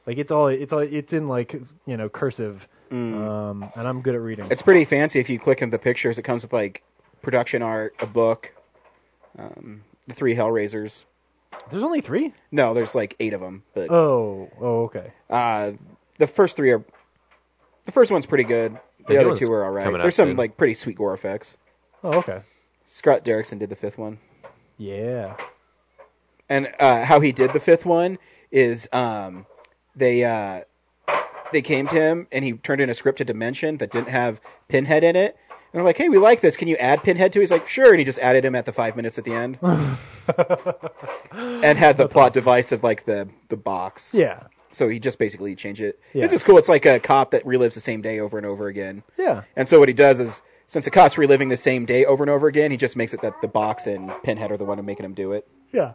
S2: Like it's all it's all it's in like you know cursive. Um, and I'm good at reading.
S1: Mm. It's pretty fancy if you click on the pictures. It comes with like production art, a book, um the three Hellraisers.
S2: There's only three.
S1: No, there's like 8 of them, but
S2: Oh, oh, okay.
S1: Uh, the first three are. The first one's pretty good. The,
S3: new
S1: other
S3: one's
S1: two are all right.
S3: coming out
S1: There's some
S3: soon.
S1: like pretty sweet gore effects.
S2: Oh, okay.
S1: Scott Derrickson did the fifth one,
S2: Yeah.
S1: and uh, how he did the fifth one is um, they uh, they came to him and he turned in a script to Dimension that didn't have Pinhead in it. And they're like, "Hey, we like this. Can you add Pinhead to?" it? He's like, "Sure." And he just added him at the five minutes at the end, and had the plot device of like the the box.
S2: Yeah.
S1: So he just basically changed it.
S2: Yeah.
S1: This is cool. It's like a cop that relives the same day over and over again.
S2: Yeah.
S1: And so what he does is, since the cop's reliving the same day over and over again, he just makes it that the box and Pinhead are the one making him do it.
S2: Yeah.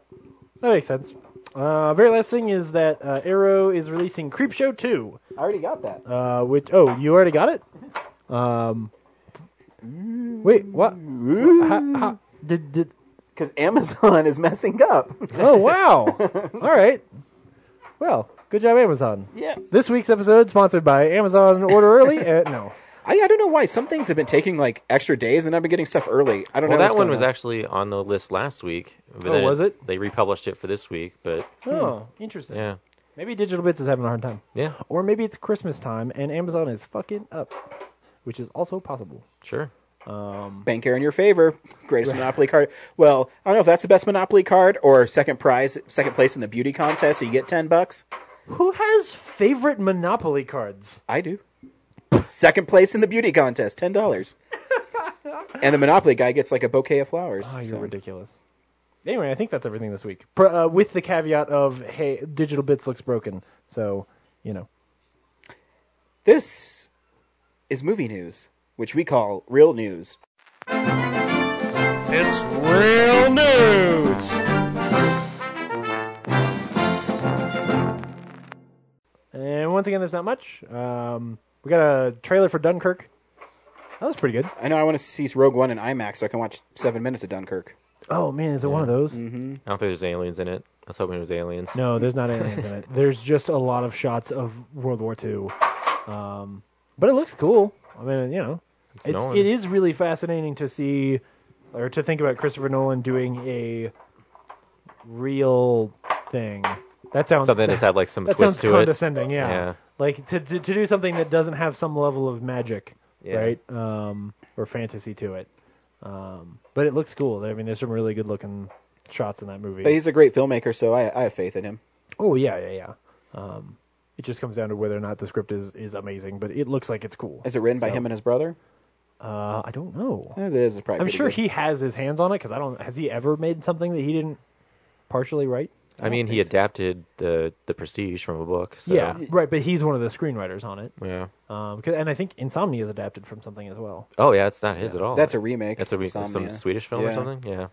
S2: That makes sense. Uh, very last thing is that uh, Arrow is releasing Creepshow 2,
S1: I already got that.
S2: uh, which, oh, you already got it? Um, wait, what? Ha- ha- did, did,
S1: Because Amazon is messing up.
S2: oh, wow. All right. Well, good job, Amazon.
S1: yeah.
S2: This week's episode sponsored by Amazon Order Early. Uh, no.
S1: I, I don't know why. Some things have been taking like extra days and I've been getting stuff early. I don't
S3: Well,
S1: know.
S3: that one was
S1: actually.
S3: actually on the list last week. But
S2: Oh,
S3: then
S2: was it?
S3: They republished it for this week, but
S2: Oh, interesting.
S3: yeah,
S2: Maybe Digital Bits is having a hard time.
S3: yeah,
S2: Or maybe it's Christmas time and Amazon is fucking up, which is also possible.
S3: sure.
S1: Bank error in your favor. Greatest Monopoly card. Well, I don't know if that's the best Monopoly card or second prize, second place in the beauty contest. So you get 10 bucks.
S2: Who has favorite Monopoly cards?
S1: I do. Second place in the beauty contest, ten dollars. and the Monopoly guy gets like a bouquet of flowers.
S2: Oh, you're
S1: so.
S2: ridiculous. Anyway, I think that's everything this week. Pr- uh, with the caveat of, hey, digital bits looks broken. So, you know.
S1: This is movie news, which we call real news.
S6: It's real news.
S2: And once again, there's not much. Um, we got a trailer for Dunkirk. That was pretty good.
S1: I know I want to see Rogue One in IMAX so I can watch seven minutes of Dunkirk.
S2: Oh man, is it one of those?
S3: I don't think there's aliens in it. I was hoping it was aliens.
S2: No, there's not aliens in it. There's just a lot of shots of World War II. Um, but it looks cool. I mean, you know, it's
S3: Nolan.
S2: it is really fascinating to see or to think about Christopher Nolan doing a real thing. That sounds
S3: Something that's had like some
S2: that sounds
S3: twist to it.
S2: condescending. Yeah.
S3: Yeah.
S2: like to, to to do something that doesn't have some level of magic,
S3: Yeah.
S2: right? Um, or fantasy to it. Um, but it looks cool. I mean, there's some really good looking shots in that movie.
S1: But he's a great filmmaker, so I, I have faith in him.
S2: Oh yeah, yeah, yeah. Um, it just comes down to whether or not the script is, is amazing, but it looks like it's cool.
S1: Is it written by him and his brother?
S2: Uh, I don't know.
S1: Eh, It is it's probably.
S2: I'm
S1: pretty
S2: sure
S1: good.
S2: he has his hands on it because I don't. Has he ever made something that he didn't partially write?
S3: I, mean, he adapted the the Prestige from a book. So,
S2: Yeah, right. But he's one of the screenwriters on it.
S3: Yeah.
S2: Um, 'cause- and I think Insomnia is adapted from something as well.
S3: Oh yeah, it's not his at all.
S1: That's a remake.
S3: That's a re- some
S1: Insomnia.
S3: Swedish film
S1: Yeah.
S3: or something. Yeah.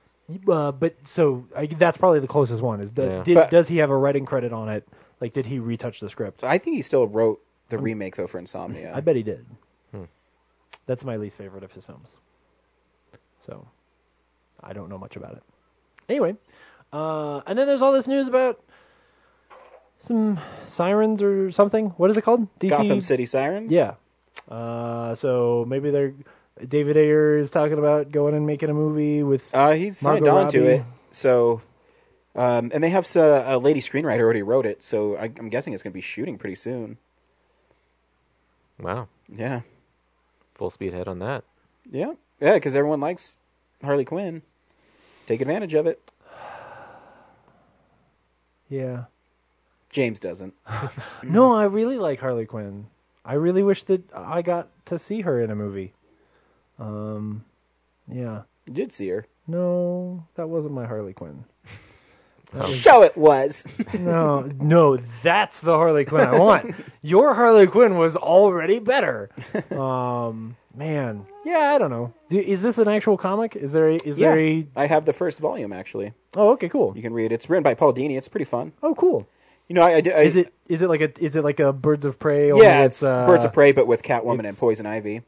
S2: Uh, but so I, that's probably the closest one. Is the,
S3: Yeah.
S2: did,
S1: But-
S2: does he have a writing credit on it? Like, did he retouch the script?
S1: I think he still wrote the remake though for Insomnia.
S2: I bet he did.
S1: Hmm.
S2: That's my least favorite of his films. So, I don't know much about it. Anyway, uh, and then there's all this news about some sirens or something. What is it called? DC?
S1: Gotham City Sirens.
S2: Yeah. Uh, so maybe they're David Ayer is talking about going and making a movie with.
S1: Uh, he's signed
S2: Margot
S1: on to
S2: Robbie.
S1: it. So, um, and they have s- uh, a lady screenwriter already wrote it. So I, I'm guessing it's going to be shooting pretty soon.
S3: Wow.
S1: Yeah,
S3: Full speed ahead on that.
S1: yeah, yeah. Because everyone likes Harley Quinn. Take advantage of it.
S2: yeah.
S1: James doesn't.
S2: No, I really like Harley Quinn. I really wish that I got to see her in a movie. Um, yeah.
S1: You did see her.
S2: No, that wasn't my Harley Quinn.
S1: Show it was.
S2: No, no, that's the Harley Quinn I want. Your Harley Quinn was already better. Um, man, yeah, I don't know. Do, is this an actual comic? Is there? A, is
S1: yeah,
S2: there a?
S1: I have the first volume actually.
S2: Oh, okay, cool.
S1: You can read. it. It's written by Paul Dini. It's pretty fun.
S2: Oh, cool.
S1: You know, I, I, did- I
S2: Is it? Is it like a? Is it like a Birds of Prey? Only
S1: Yeah, it's
S2: it's uh,
S1: Birds of Prey, but with Catwoman and
S2: it's-
S1: Poison Ivy.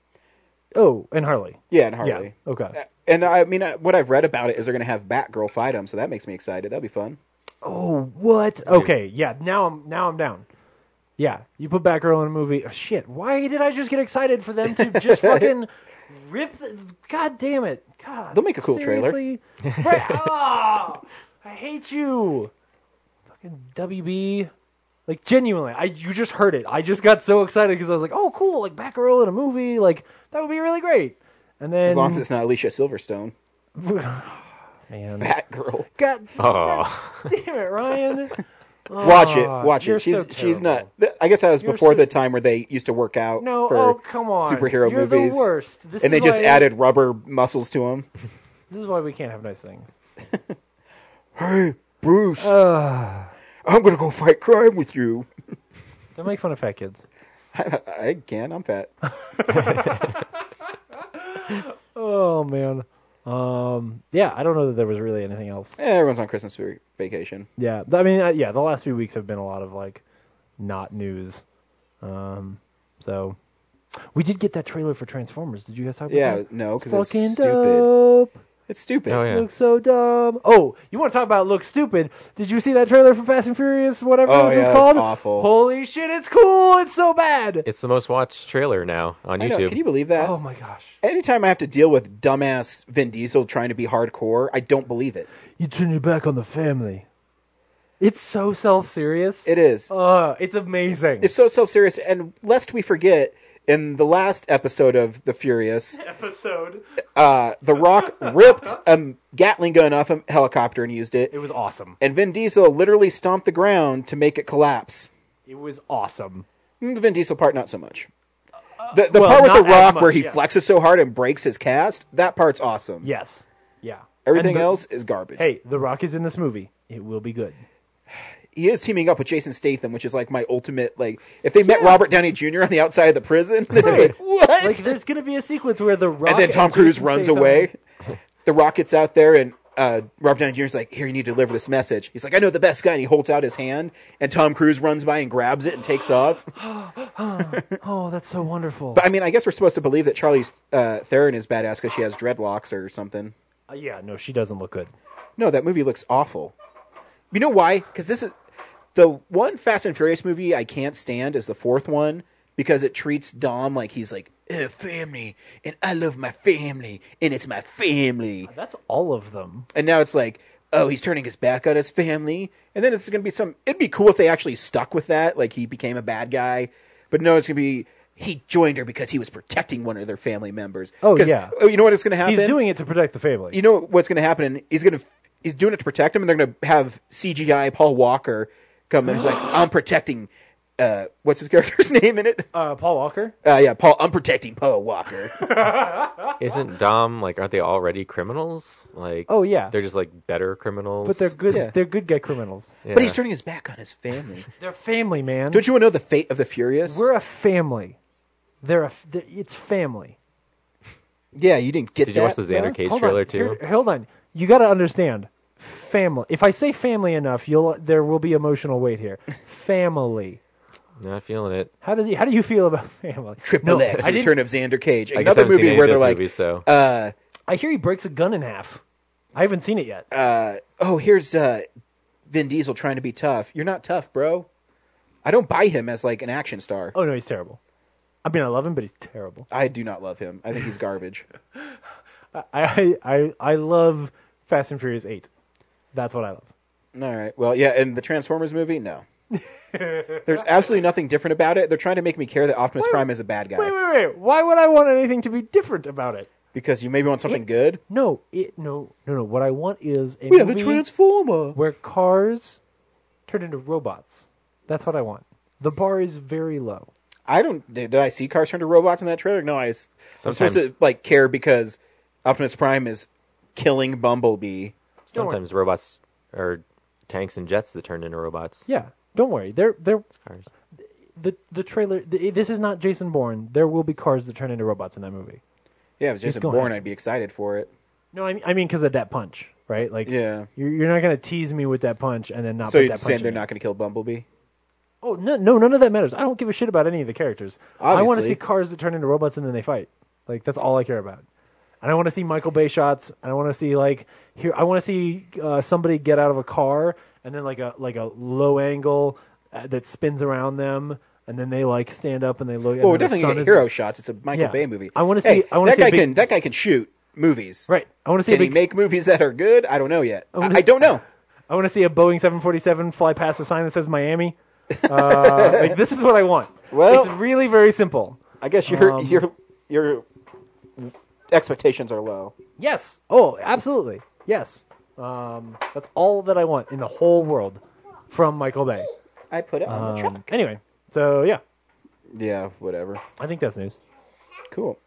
S2: Oh, and Harley. Uh,
S1: Yeah, and Harley.
S2: Yeah. Okay.
S1: And I mean, I- what I've read about it is they're going to have Batgirl fight him, so that makes me excited. That'll be fun.
S2: Oh, what? Okay, yeah. Now I'm now I'm down. Yeah, you put Batgirl in a movie. Oh, shit, why did I just get excited for them to just fucking rip? The, God damn it! God,
S1: They'll make a cool trailer.
S2: trailer. Right, ah, I hate you, fucking WB. Like genuinely, I you just heard it. I just got so excited because I was like, oh, cool, like Batgirl in a movie, like that would be really great. And then
S1: As long as it's not Alicia Silverstone,
S2: man,
S1: Batgirl.
S2: God,
S3: Oh.
S2: damn it, Ryan.
S1: Watch it, watch
S2: Ah, you're
S1: it. She's
S2: so
S1: she's not.
S2: terrible.
S1: th- I guess that was
S2: You're
S1: before
S2: so-
S1: the time where they used to work out.
S2: No,
S1: for
S2: oh come on,
S1: superhero
S2: You're
S1: movies.
S2: The worst. This
S1: and
S2: is
S1: they just
S2: why,
S1: added rubber muscles to him.
S2: This is why we can't have nice things.
S1: Hey, Bruce,
S2: Uh,
S1: I'm gonna go fight crime with you.
S2: don't make fun of fat kids.
S1: I, I can. I'm fat. Eh,
S2: Oh man. Um. Yeah, I don't know that there was really anything else.
S1: Eh, Everyone's on Christmas va- vacation.
S2: Yeah. th- I mean, uh, yeah. The last few weeks have been a lot of like, not news. Um. So, we did get that trailer for Transformers. Did you guys talk about
S1: Yeah,
S2: that?
S1: no,
S2: It's
S1: 'cause it's
S2: fucking
S1: stupid.
S2: dope.
S1: It's stupid.
S3: Oh yeah.
S2: Looks so dumb. Oh, you want to talk about look stupid? Did you see that trailer for Fast and Furious? Whatever
S1: Oh,
S2: this
S1: yeah,
S2: was
S1: it's
S2: called.
S1: awful.
S2: Holy shit! It's cool. It's so bad.
S3: It's the most watched trailer now on
S1: I know,
S3: YouTube.
S1: Can you believe that?
S2: Oh my gosh.
S1: Anytime I have to deal with dumbass Vin Diesel trying to be hardcore, I don't believe it.
S2: You turn your back on the family. It's so self serious.
S1: It is.
S2: Uh, it's amazing.
S1: It's so self serious. And lest we forget, in the last episode of The Furious,
S2: episode.
S1: uh, The Rock ripped a Gatling gun off a helicopter and used it.
S2: It was awesome.
S1: And Vin Diesel literally stomped the ground to make it collapse.
S2: It was awesome.
S1: Mm, The Vin Diesel part, not so much. The, the
S2: Uh, Well,
S1: part with
S2: not
S1: the
S2: as
S1: rock
S2: much,
S1: where he
S2: yeah.
S1: flexes so hard and breaks his cast, that part's awesome.
S2: Yes. Yeah.
S1: Everything
S2: And the-
S1: else is garbage.
S2: Hey, The Rock is in this movie. It will be good.
S1: He is teaming up with Jason Statham, which is like my ultimate like if they met Robert Downey Jr. on the outside of the prison, they'd be like,
S2: Right.
S1: What?
S2: Like, there's gonna be a sequence where The Rock
S1: and then Tom Cruise
S2: Jason
S1: runs
S2: Statham-
S1: away. The rock gets out there and uh, Robert Downey Jr. is like, Here, you need to deliver this message. He's like, I know the best guy, and he holds out his hand, and Tom Cruise runs by and grabs it and takes off.
S2: Oh, that's so wonderful.
S1: But I mean, I guess we're supposed to believe that Charlie's uh, Theron is badass because she has dreadlocks or something.
S2: Uh, yeah, no, she doesn't look good.
S1: No, that movie looks awful. You know why? Because this is the one Fast and Furious movie I can't stand is the fourth one because it treats Dom like he's like a family and I love my family and it's my family.
S2: That's all of them.
S1: And now it's like, oh, he's turning his back on his family. And then it's going to be some. It'd be cool if they actually stuck with that. Like he became a bad guy. But no, it's going to be. He joined her because he was protecting one of their family members.
S2: Oh,
S1: 'Cause-
S2: yeah.
S1: You know what it's going to happen?
S2: He's doing it to protect the family.
S1: you know what's going to happen? He's going to he's doing it to protect him, and they're going to have CGI Paul Walker come and he's like, I'm protecting. Uh, what's his character's name in it?
S2: uh, Paul Walker.
S1: Uh, yeah, Paul. I'm protecting Paul Walker.
S3: Isn't Dom like? Aren't they already criminals? Like,
S2: Oh, yeah.
S3: they're just like better criminals.
S2: But they're good.
S1: Yeah.
S2: They're good guy criminals.
S1: But he's turning his back on his family.
S2: They're family, man.
S1: Don't you want to know the fate of the Furious?
S2: We're a family. They're a. they it's family.
S1: yeah, you didn't get
S3: Did
S1: that.
S3: you watch the
S1: bro?
S3: Xander Cage
S2: Hold
S3: trailer
S2: on.
S3: too?
S2: Here- hold on. You got to understand, family. If I say family enough, you'll there will be emotional weight here. Family.
S3: Not feeling it.
S2: How does he, how do you feel about family?
S1: Triple
S2: No,
S1: X,
S2: I
S1: the
S2: didn't.
S1: Return of Xander Cage.
S3: I guess I
S1: Another
S3: haven't seen
S1: movie
S3: any
S1: where
S3: of
S1: they're
S3: those
S1: like,
S3: movies, so
S1: uh,
S2: I hear he breaks a gun in half. I haven't seen it yet.
S1: uh, oh, here's uh, Vin Diesel trying to be tough. You're not tough, bro. I don't buy him as like an action star.
S2: oh no, he's terrible. I mean, I love him, but he's terrible.
S1: I do not love him. I think he's garbage.
S2: I I I love Fast and Furious Eight. That's what I love.
S1: All right. Well, yeah, and the Transformers movie, no. There's absolutely nothing different about it. They're trying to make me care that Optimus Prime is a bad guy
S2: Wait, wait, wait. Why would I want anything to be different about it?
S1: because you maybe want something good.
S2: No, it no no no. What I want is a
S1: We have a
S2: movie
S1: Transformer.
S2: where cars turn into robots. That's what I want. The bar is very low.
S1: I don't. Did, did I see cars turn to robots in that trailer? No, I. s- I'm supposed to
S3: Sometimes.
S1: like care because Optimus Prime is killing Bumblebee.
S2: worry.
S3: sometimes robots are tanks and jets that turn into robots.
S2: Yeah, don't worry. There there
S3: Cars.
S2: the the trailer. The, this is not Jason Bourne. There will be cars that turn into robots in that movie.
S1: Yeah, if it was Jason
S2: go
S1: Bourne,
S2: ahead.
S1: I'd be excited for it.
S2: No, I mean, I mean because of that punch, right? Like,
S1: Yeah.
S2: you're, you're not gonna tease me with that punch and then not.
S1: So
S2: put
S1: you're
S2: that punch
S1: saying
S2: in
S1: they're
S2: it.
S1: not going to kill Bumblebee?
S2: Oh no, no, none of that matters. I don't give a shit about any of the characters. I want to
S1: Obviously.
S2: see cars that turn into robots and then they fight. Like that's all I care about. And I want to see Michael Bay shots. And I want to see like here. I want to see uh, somebody get out of a car and then like a like a low angle uh, that spins around them, and then they like stand up and they look.
S1: Well, we're
S2: and then the
S1: definitely going to
S2: sun
S1: get
S2: is-
S1: hero shots. It's a Michael
S2: Yeah.
S1: Bay movie.
S2: I wanna
S1: Hey,
S2: see- I wanna
S1: that
S2: see a
S1: guy
S2: big-
S1: can that guy can shoot movies.
S2: Right. I want to see.
S1: Can
S2: a
S1: he
S2: big,
S1: make movies that are good? I don't know yet. I,
S2: wanna-
S1: I don't know.
S2: I want to see a Boeing 747 fly past a sign that says Miami. Uh, like this is what I want.
S1: Well-
S2: it's really very simple.
S1: I guess your
S2: Um,
S1: your your expectations are low.
S2: Yes. Oh, absolutely. Yes. Um, that's all that I want in the whole world from Michael Bay.
S1: I put it on the
S2: Um, anyway, so yeah,
S1: Yeah, whatever.
S2: I think that's news.
S1: Cool.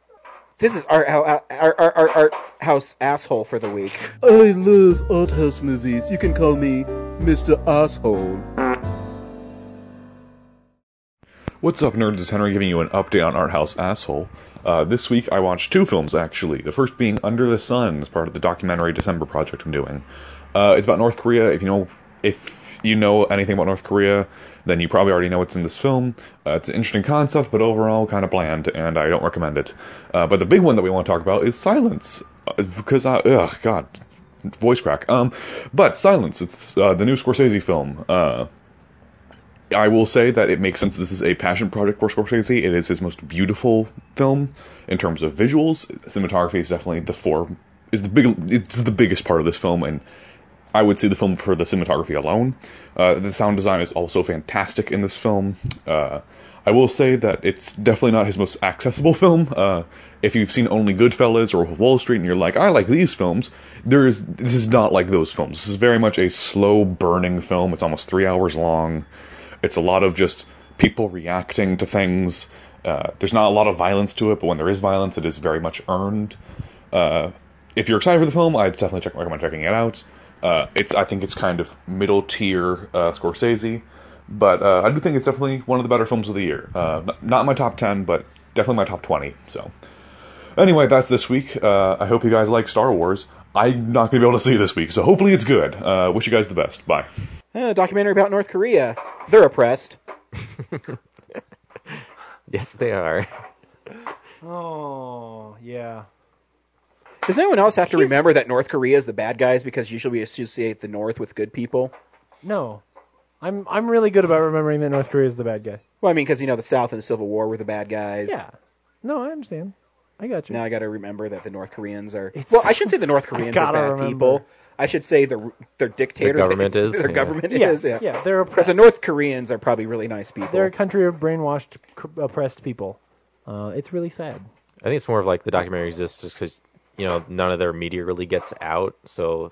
S1: This is our our our our, our, our house asshole for the week.
S7: I love art house movies. You can call me Mr. Asshole.
S8: What's up, nerds? It's Henry giving you an update on Art House Asshole. Uh, this week I watched two films, actually. The first being Under the Sun, as part of the documentary December project I'm doing. Uh, it's about North Korea. If you know, if you know anything about North Korea, then you probably already know what's in this film. Uh, it's an interesting concept, but overall kind of bland, and I don't recommend it. Uh, but the big one that we want to talk about is Silence, Uh, because I, ugh, God, voice crack. Um, but Silence, it's uh, the new Scorsese film. Uh, I will say that it makes sense. This is a passion project for Scorsese. It is his most beautiful film in terms of visuals. Cinematography is definitely the form is the big it's the biggest part of this film, and I would see the film for the cinematography alone. Uh, the sound design is also fantastic in this film. Uh, I will say that it's definitely not his most accessible film. Uh, if you've seen only Goodfellas or Wolf of Wall Street and you're like, I like these films, there is this is not like those films. This is very much a slow burning film. It's almost three hours long. It's a lot of just people reacting to things. Uh, there's not a lot of violence to it, but when there is violence, it is very much earned. Uh, if you're excited for the film, I definitely check, recommend checking it out. Uh, it's I think it's kind of middle tier uh, Scorsese, but uh, I do think it's definitely one of the better films of the year. Uh, not- not in my top ten, but definitely my top twenty. So anyway, that's this week. Uh, I hope you guys like Star Wars. I'm not gonna be able to see it this week, so hopefully it's good. Uh, wish you guys the best. Bye.
S1: Uh, documentary about North Korea. They're oppressed.
S3: Yes, they are.
S2: Oh, yeah.
S1: Does anyone else have to remember that North Korea is the bad guys because usually we associate the North with good people?
S2: No. I'm I'm really good about remembering that North Korea is the bad guy.
S1: Well, I mean, because you know the South and the Civil War were the bad guys.
S2: Yeah. No, I understand. I got you.
S1: Now I got to remember that the North Koreans are. well, I should say the North Koreans are
S2: gotta
S1: bad
S2: remember.
S1: people. I should say the their dictators.
S3: government is,
S1: Their
S3: yeah.
S1: government
S2: yeah,
S1: is. Yeah.
S2: yeah, they're
S1: Because
S2: oppressed.
S1: the North Koreans are probably really nice people.
S2: they're a country of brainwashed, c- oppressed people. Uh, it's really sad.
S3: I think it's more of like the documentary exists just because you know none of their media really gets out, so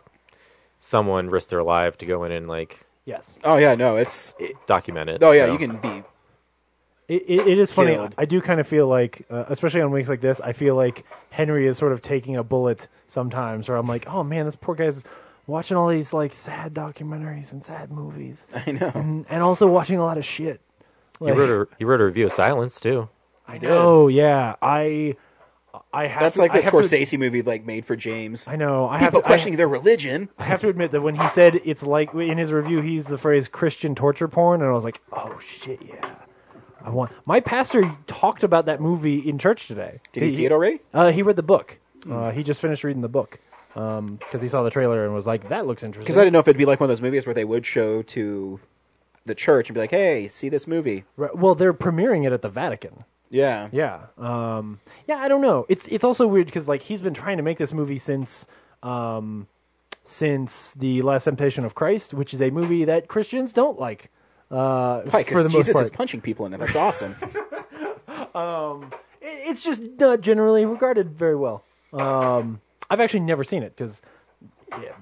S3: someone risked their life to go in and like
S2: Yes.
S1: oh yeah, no, it's.
S3: document it.
S1: Oh yeah,
S3: so-
S1: you can be.
S2: It, it, it is funny.
S1: Killed.
S2: I do kind of feel like, uh, especially on weeks like this, I feel like Henry is sort of taking a bullet sometimes, where I'm like, oh man, this poor guy's watching all these like sad documentaries and sad movies,
S1: I know.
S2: and, and also watching a lot of shit.
S3: He wrote a he wrote a review of Silence too.
S2: I know. Yeah. I. I have
S1: That's
S2: to-
S1: like
S2: I
S1: the
S2: have to-
S1: Scorsese movie, like made for James.
S2: I know. I have
S1: People
S2: to I-
S1: questioning their religion.
S2: I have to admit that when he said it's like in his review, he used the phrase Christian torture porn, and I was like, oh shit, yeah. I want my pastor talked about that movie in church today.
S1: Did he see it already?
S2: Uh, he read the book.
S1: Hmm.
S2: Uh, he just finished reading the book because he saw the trailer and was like, that looks interesting.
S1: Because I didn't know if it'd be like one of those movies where they would show to the church and be like, "Hey, see this movie?"
S2: Right, well, they're premiering it at the Vatican.
S1: Yeah.
S2: Yeah. Um, yeah, I don't know. It's it's also weird because like he's been trying to make this movie since um, since the Last Temptation of Christ, which is a movie that Christians don't like. Uh,
S1: Why?
S2: for the
S1: Because Jesus
S2: most part.
S1: is punching people in it. That's awesome.
S2: it- it's just not generally regarded very well. Um, I've actually never seen it because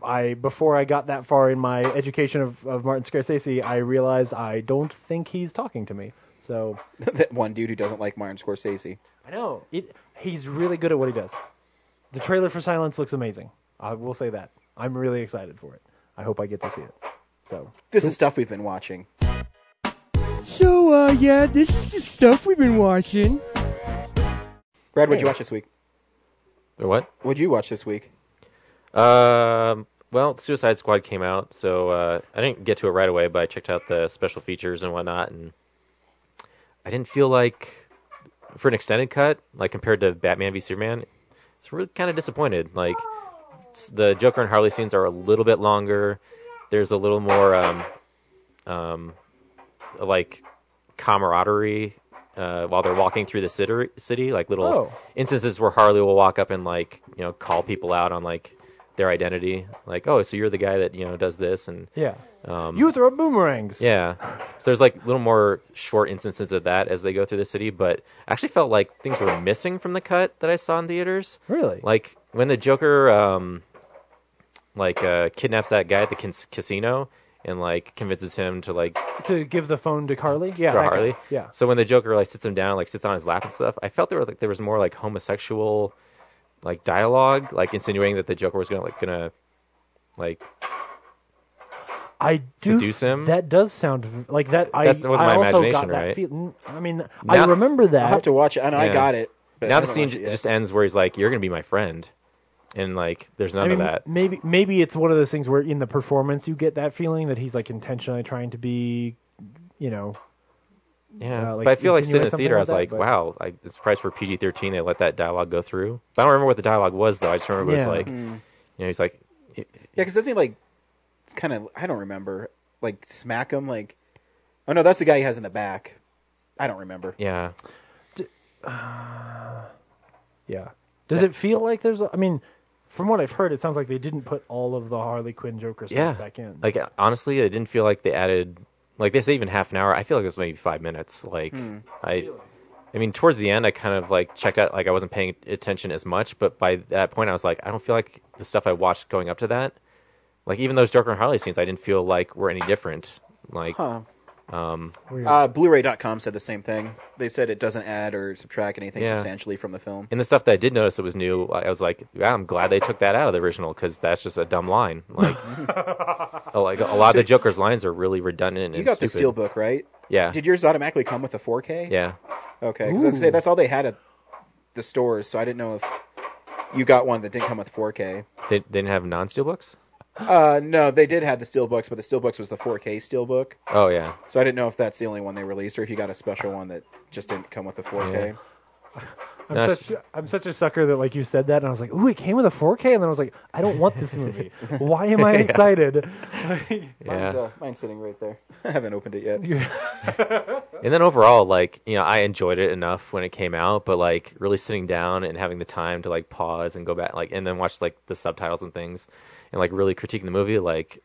S2: I before I got that far in my education of, of Martin Scorsese, I realized I don't think he's talking to me. So
S1: that one dude who doesn't like Martin Scorsese.
S2: I know it, he's really good at what he does. The trailer for Silence looks amazing. I will say that. I'm really excited for it. I hope I get to see it. So
S1: This is stuff we've been watching.
S9: So, uh, yeah, this is the stuff we've been watching.
S1: Brad, what'd you watch this week?
S3: Or what?
S1: What'd you watch this week?
S3: Um. Well, Suicide Squad came out, so uh, I didn't get to it right away, but I checked out the special features and whatnot, and I didn't feel like for an extended cut, like compared to Batman v Superman, it's really kind of disappointed. Like s- the Joker and Harley scenes are a little bit longer. There's a little more, um, um, like camaraderie uh, while they're walking through the city. City, like little
S2: Oh.
S3: instances where Harley will walk up and like you know call people out on like their identity. Like, oh, so you're the guy that you know does this and
S2: yeah, you throw boomerangs.
S3: yeah. So there's like little more short instances of that as they go through the city, but I actually felt like things were missing from the cut that I saw in theaters.
S2: Really?
S3: Like when the Joker um like uh kidnaps that guy at the cas- casino and like convinces him to like
S2: to give the phone to Carly. Yeah,
S3: for
S2: that guy.
S3: Harley.
S2: Yeah.
S3: So when the Joker like sits him down, like sits on his lap and stuff, I felt there was like there was more like homosexual like dialogue, like insinuating that the Joker was gonna like gonna like
S2: I do
S3: seduce him?
S2: That does sound v- like that. I,
S3: That's- that was
S2: I
S3: my
S2: also
S3: imagination,
S2: got that
S3: right?
S2: feeling. I mean, I
S3: Now-
S2: remember that.
S1: I'll have to watch it. I know I
S3: Yeah.
S1: got it. but I
S3: now the
S1: haven't
S3: scene
S1: watched it
S3: ju-
S1: yet.
S3: just ends where he's like, "You're gonna be my friend," and like, there's none
S2: I mean,
S3: of that.
S2: maybe maybe it's one of those things where in the performance you get that feeling that he's like intentionally trying to be, you know,
S3: Yeah,
S2: uh, like,
S3: but I feel like sitting in
S2: insinuate
S3: the theater, I was
S2: something
S3: like,
S2: like that,
S3: "Wow!" I, it's surprised for PG-13 they let that dialogue go through. I don't remember what the dialogue was though. I just remember it was
S2: Yeah.
S3: like, you know, he's like,
S1: Yeah, because doesn't he like kind of? I don't remember. Like smack him. Like, oh no, that's the guy he has in the back. I don't remember.
S3: "Yeah,
S2: yeah. Does it feel like there's? a- I mean, from what I've heard, it sounds like they didn't put all of the Harley Quinn Joker stuff
S3: yeah."
S2: back in.
S3: Like honestly, I didn't feel like they added like they say even half an hour. I feel like it was maybe five minutes. Like I. I mean, towards the end, I kind of like checked out, like I wasn't paying attention as much. But by that point, I was like, I don't feel like the stuff I watched going up to that, like even those Joker and Harley scenes, I didn't feel like were any different. Like,
S1: Huh.
S3: Um,
S1: Uh, Blu-ray.com said the same thing. They said it doesn't add or subtract anything
S3: Yeah.
S1: substantially from the film.
S3: and the stuff that I did notice that was new, I I was like, yeah, I'm glad they took that out of the original because that's just a dumb line. Like, oh, like a lot of the Joker's lines are really redundant.
S1: You
S3: and
S1: got
S3: stupid.
S1: the Steelbook, right?
S3: Yeah.
S1: Did yours automatically come with a 4K?
S3: yeah.
S1: Okay, because I was say that's all they had at the stores, so I didn't know if you got one that didn't come with 4K.
S3: They, they didn't have non steelbooks?
S1: Uh, no, they did have the Steelbooks, but the Steelbooks was the 4K Steelbook,
S3: Oh, yeah.
S1: so I didn't know if that's the only one they released or if you got a special one that just didn't come with a 4K.
S3: Yeah.
S2: I'm
S3: That's-
S2: such I'm such a sucker that like you said that, and I was like, ooh, it came with a 4K, and then I was like, I don't want this movie. Why am I excited?
S1: Mine's,
S3: Yeah.
S1: uh, mine's sitting right there. I haven't opened it yet.
S3: And then overall, like, you know, I enjoyed it enough when it came out, but like really sitting down and having the time to like pause and go back, like, and then watch like the subtitles and things and like really critiquing the movie, like,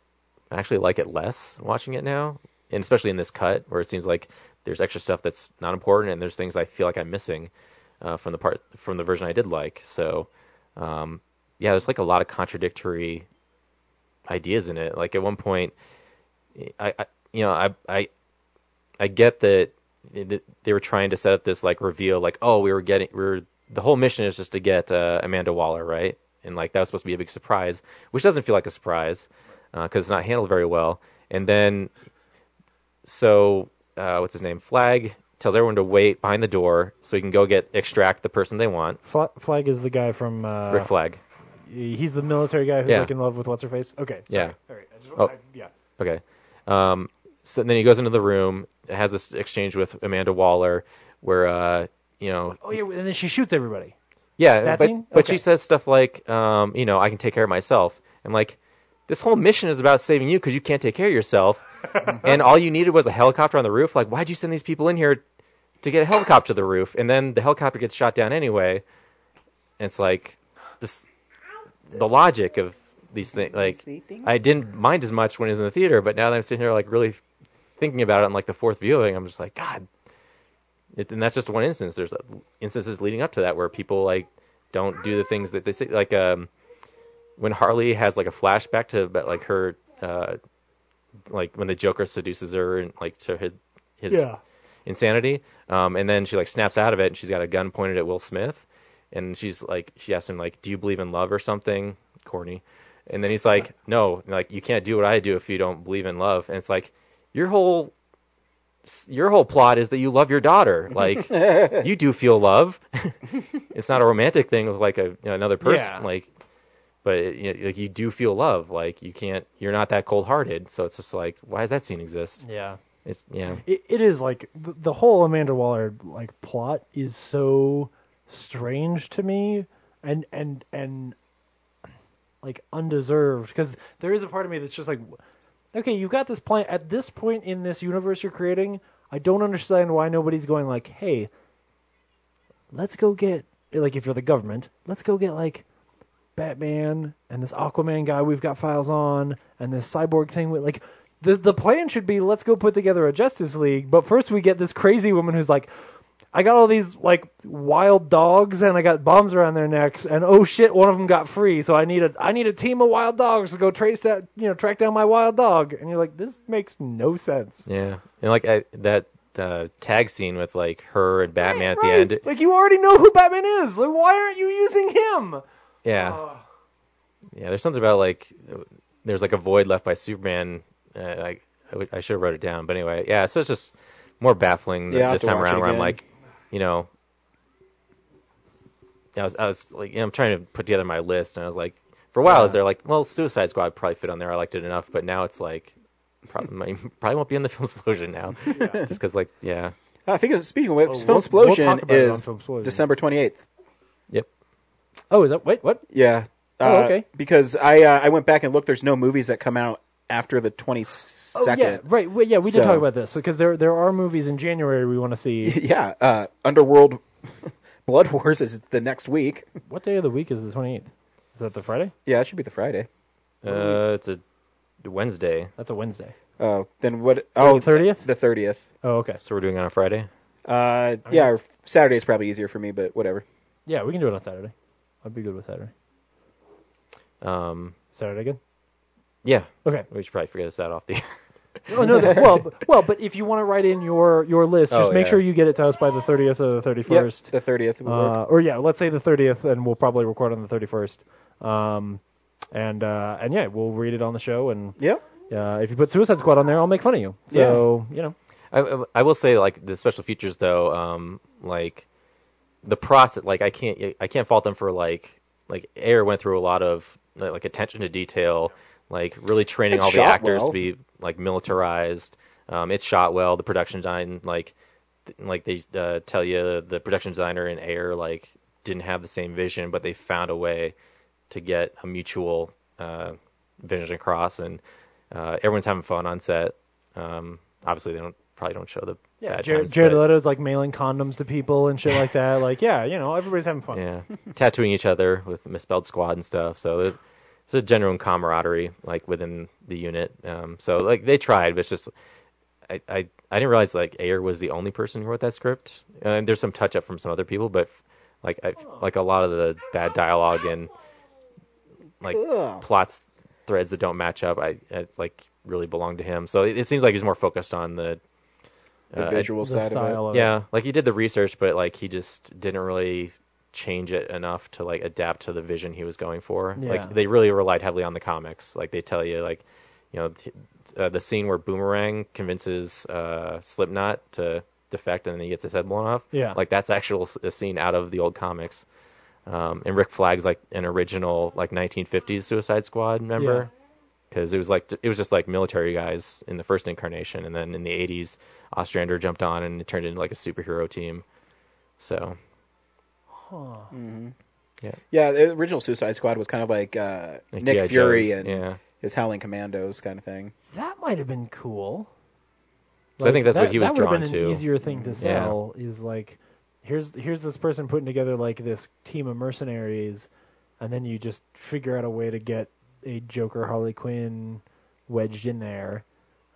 S3: I actually like it less watching it now. And especially in this cut where it seems like there's extra stuff that's not important and there's things I feel like I'm missing uh, from the part, from the version I did like. So, um, yeah, there's like a lot of contradictory ideas in it. Like at one point, I, I you know, I, I, I get that that they were trying to set up this like reveal, like oh, we were getting we were the whole mission is just to get uh, Amanda Waller, right? And like that was supposed to be a big surprise, which doesn't feel like a surprise because it's not handled very well. And then so uh, what's his name? Flag tells everyone to wait behind the door so he can go get extract the person they want,
S2: Fla- Flag is the guy from uh,
S3: Rick Flag.
S2: He's the military guy who's
S3: Yeah.
S2: like in love with what's her face. Okay. Sorry.
S3: Yeah.
S2: All right. I just,
S3: Oh.
S2: I, yeah.
S3: Okay. Um, so then he goes into the room, has this exchange with Amanda Waller, where uh, you know
S2: Oh yeah, and then she shoots everybody.
S3: Yeah,
S2: That
S3: but
S2: scene?
S3: but
S2: Okay.
S3: she says stuff like, um, you know, I can take care of myself. And like, this whole mission is about saving you because you can't take care of yourself, and all you needed was a helicopter on the roof. Like, why'd you send these people in here to get a helicopter to the roof? And then the helicopter gets shot down anyway. And it's like this, the logic of these things. Like, I didn't mind as much when it was in the theater, but now that I'm sitting here like really thinking about it on like the fourth viewing, I'm just like, God. It, and that's just one instance. There's uh, instances leading up to that where people like don't do the things that they say. Like um, when Harley has like a flashback to about, like her, uh, like when the Joker seduces her and like to his, his
S2: Yeah.
S3: insanity. Um, and then she like snaps out of it and she's got a gun pointed at Will Smith. And she's like, she asks him like, "Do you believe in love or something?" Corny. And then he's like, "No, like you can't do what I do if you don't believe in love." And it's like, your whole your whole plot is that you love your daughter. Like you do feel love. it's not a romantic thing with like a you know, another person.
S2: Yeah.
S3: Like, but you know, like you do feel love. Like you can't. You're not that cold hearted. So it's just like, why does that scene exist?
S2: Yeah.
S3: It's yeah.
S2: It, it is like the, the whole Amanda Waller like plot is so strange to me, and and and like undeserved because there is a part of me that's just like, okay, you've got this plan at this point in this universe you're creating. I don't understand why nobody's going like, hey, let's go get like if you're the government, let's go get like Batman and this Aquaman guy we've got files on and this cyborg thing with like the the plan should be let's go put together a Justice League, but first we get this crazy woman who's like I got all these like wild dogs and I got bombs around their necks and oh shit one of them got free so I need a I need a team of wild dogs to go trace that you know track down my wild dog and you're like this makes no sense.
S3: Yeah. And like I, that uh, tag scene with like her and Batman at the end.
S2: Like you already know who Batman is. Like why aren't you using him?
S3: Yeah. Yeah, there's something about like there's like a void left by Superman. Uh, I I w- I should have wrote it down, but anyway, yeah. So it's just more baffling th-
S1: Yeah, I'll have
S3: this
S1: to
S3: time
S1: watch it
S3: around, where I'm
S1: again.
S3: like, you know, I was I was like, you know, I'm trying to put together my list, and I was like, for a while, I was there like, well, Suicide Squad probably fit on there. I liked it enough, but now it's like. Probably, probably won't be in the film explosion now, just because like yeah,
S1: I think it was- speaking of which,
S2: Oh, we'll-
S1: Film
S2: we'll
S1: Explosion
S2: talk about it on
S1: is
S2: Film Explosion.
S1: December 28th.
S3: yep,
S2: Oh, is that wait what?
S1: Yeah.
S2: Oh,
S1: Uh,
S2: okay.
S1: Because I uh, I went back and looked. There's no movies that come out after the 22nd.
S2: Oh, yeah, right. Well, yeah, we did
S1: So-
S2: talk about this because there there are movies in January we want to see.
S1: Yeah, uh, Underworld Blood Wars is the next week.
S2: what day of the week is the twenty eighth? Is that the Friday?
S1: Yeah, it should be the Friday.
S3: uh, it's a Wednesday,
S2: That's a Wednesday.
S1: Oh, then what? Oh,
S2: 30th?
S1: The thirtieth.
S2: Oh, okay.
S3: so we're doing it on a Friday.
S1: Uh, yeah, or Saturday is probably easier for me, but whatever.
S2: Yeah, we can do it on Saturday. I'd be good with Saturday.
S3: Um,
S2: Saturday good?
S3: yeah,
S2: Okay.
S3: we should probably figure this out off the air.
S2: Oh no! th- well, b- well, but if you want to write in your your list, just
S3: Oh,
S2: make
S3: yeah.
S2: sure you get it to us by the thirtieth or the thirty first.
S1: the thirtieth.
S2: Uh, or yeah, let's say the thirtieth, and we'll probably record on the thirty first. Um, and uh, and yeah, we'll read it on the show. And
S1: Yep.
S2: uh, if you put Suicide Squad on there, I'll make fun of you. So you know,
S3: I- I, I will say like the special features though, um, like the process, like I can't I can't fault them for like like Air went through a lot of like, like, attention to detail, like really training
S1: It's
S3: all the
S1: shot
S3: actors
S1: well.
S3: to be like militarized. Um, it's shot well. The production design, like th- like they uh, tell you the production designer and Air like didn't have the same vision, but they found a way to get a mutual uh, vision across, and uh, everyone's having fun on set. Um, obviously, they don't probably don't show the
S2: yeah.
S3: bad
S2: Jared,
S3: times,
S2: Jared
S3: but-
S2: Leto's like mailing condoms to people and shit like that. Like yeah, you know, everybody's having fun.
S3: yeah, tattooing each other with misspelled squad and stuff. So there's, it's a general camaraderie like within the unit. Um, so like they tried, but it's just I, I I didn't realize like Ayer was the only person who wrote that script. And there's some touch up from some other people, but like I, like a lot of the bad dialogue and like plots threads that don't match up. I it's like really belonged to him. So it, it seems like he's more focused on the
S1: the
S3: uh,
S1: visual
S2: The
S1: side of
S2: style of it.
S3: yeah, like he did the research, but like he just didn't really change it enough to like adapt to the vision he was going for.
S2: Yeah.
S3: Like they really relied heavily on the comics. Like they tell you, like you know, th- uh, the scene where Boomerang convinces uh, Slipknot to defect and then he gets his head blown off.
S2: Yeah.
S3: like that's actual s- a scene out of the old comics. Um, and Rick Flag's like an original like 1950s Suicide Squad member
S2: Yeah.
S3: because it was like it was just like military guys in the first incarnation, and then in the '80s, Ostrander jumped on and it turned into like a superhero team. So
S1: it. Yeah, the original Suicide Squad was kind of like uh,
S3: like
S1: Nick
S3: G.I.
S1: Fury
S3: Joes,
S1: and
S3: yeah,
S1: his Howling Commandos kind of thing.
S2: That might have been cool.
S3: So I think that's what he was
S2: that would've
S3: drawn
S2: been
S3: to.
S2: An easier thing to
S3: Yeah.
S2: sell is like, here's here's this person putting together like this team of mercenaries, and then you just figure out a way to get a Joker Harley Quinn wedged in there.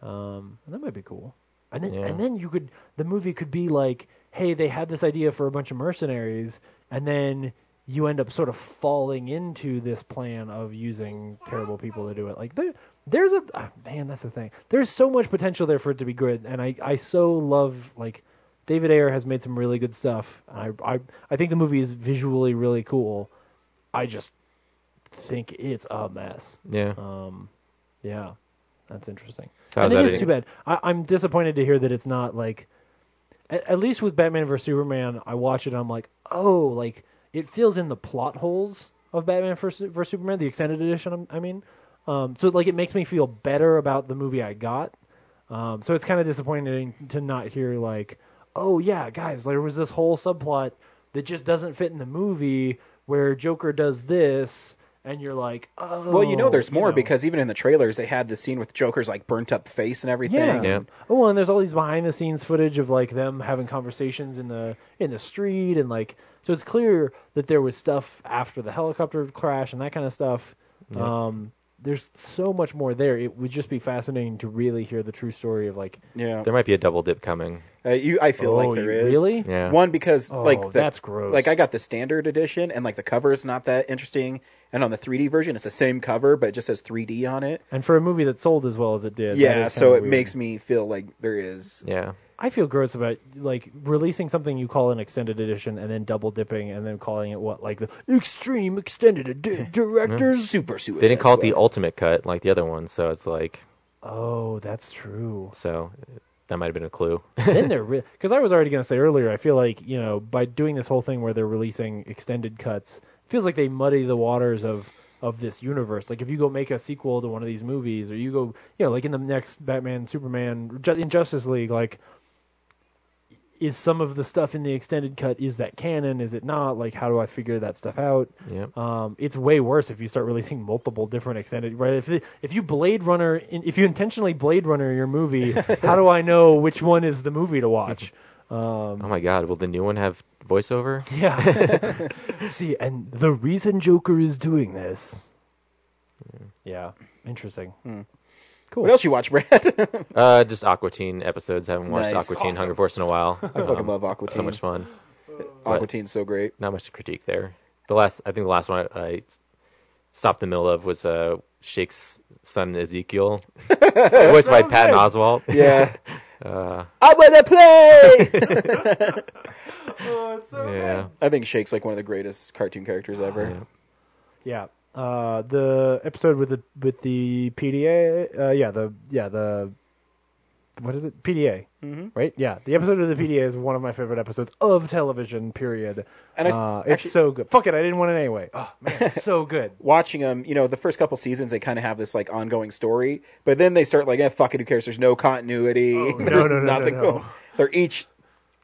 S2: Um, and that might be cool. And then
S3: Yeah.
S2: and then you could the movie could be like, hey, they had this idea for a bunch of mercenaries, and then you end up sort of falling into this plan of using terrible people to do it. Like there, there's a ah, man. That's the thing. There's so much potential there for it to be good, and I I so love like. David Ayer has made some really good stuff. and I, I I think the movie is visually really cool. I just think it's a mess.
S3: yeah.
S1: uh,
S2: Um, yeah, that's interesting.
S3: How's
S2: and it
S3: that
S2: is
S3: any-
S2: too bad. I, I'm disappointed to hear that it's not like, at, at least with Batman vs Superman, I watch it. and I'm like, oh, like it fills in the plot holes of Batman vs vs Superman, the extended edition. I'm- I mean, um, so like it makes me feel better about the movie I got. Um, so it's kind of disappointing to not hear like, oh yeah, guys, there was this whole subplot that just doesn't fit in the movie where Joker does this, and you're like, oh.
S1: Well, you know, there's more
S2: know.
S1: because even in the trailers, they had the scene with Joker's like burnt up face and everything.
S2: Yeah.
S3: Yeah.
S2: Oh, well, and there's all these behind the scenes footage of like them having conversations in the in the street and like so it's clear that there was stuff after the helicopter crash and that kind of stuff. Um there's so much more there. It would just be fascinating to really hear the true story of like
S1: yeah.
S3: There might be a double dip coming.
S1: Uh, you, I feel
S2: oh,
S1: like there
S2: you-
S1: is
S2: Really?
S3: Yeah.
S1: One because
S2: Oh,
S1: like the,
S2: that's gross.
S1: Like I got the standard edition, and like the cover is not that interesting. And on the 3D version, it's the same cover, but it just has 3D on it.
S2: And for a movie that sold as well as it did. that
S1: yeah,
S2: is
S1: so
S2: kinda
S1: it
S2: weird.
S1: makes me feel like there is.
S3: Yeah.
S2: I feel gross about like releasing something you call an extended edition and then double dipping and then calling it what like the extreme extended edi- directors.
S1: Super Suicide.
S3: They didn't call it the
S1: Squad.
S3: ultimate cut like the other one, so it's like
S2: Oh, that's true.
S3: so that might have been a clue.
S2: then they're because I was already going to say earlier. I feel like you know by doing this whole thing where they're releasing extended cuts, it feels like they muddy the waters of of this universe. Like if you go make a sequel to one of these movies, or you go you know like in the next Batman, Superman, Ju- in Justice League, like is some of the stuff in the extended cut is that canon? Is it not? Like how do I figure that stuff out?
S3: Yep.
S2: Um, it's way worse if you start releasing multiple different extended. Right? If it- if you Blade Runner, in, if you intentionally Blade Runner your movie, how do I know which one is the movie to watch? Um,
S3: Oh my God! Will the new one have voiceover?
S2: yeah. See, and the reason Joker is doing this. Yeah. Interesting.
S1: What else you watch, Brad? I
S3: Uh, just Aqua Teen episodes. haven't watched
S1: Nice.
S3: Aqua Teen Hunger Force in a while. I
S1: fucking love Aqua Teen.
S3: Um, So much fun.
S1: Aqua Teen's so great.
S3: not much to critique there. The last, I think, the last one I, I stopped in the middle of was uh, Shake's son Ezekiel, voiced by Patton Oswalt.
S1: Yeah.
S3: uh,
S1: I want to play.
S2: Oh, it's so
S3: yeah.
S1: I think Shake's like one of the greatest cartoon characters ever.
S2: Yeah. Uh, the episode with the with the PDA. Uh, yeah. The yeah the. What is it? PDA, mm-hmm. right? Yeah, the episode of the PDA is one of my favorite episodes of television. Period.
S1: And I s-
S2: uh,
S1: actually-
S2: it's so good. Fuck it, I didn't want it anyway. Oh man, it's so good.
S1: Watching them, you know, the first couple seasons they kind of have this like ongoing story, but then they start like, eh, fuck it, who cares? There's no continuity. There's
S2: Oh, no, no, no,
S1: nothing.
S2: no.
S1: going- They're each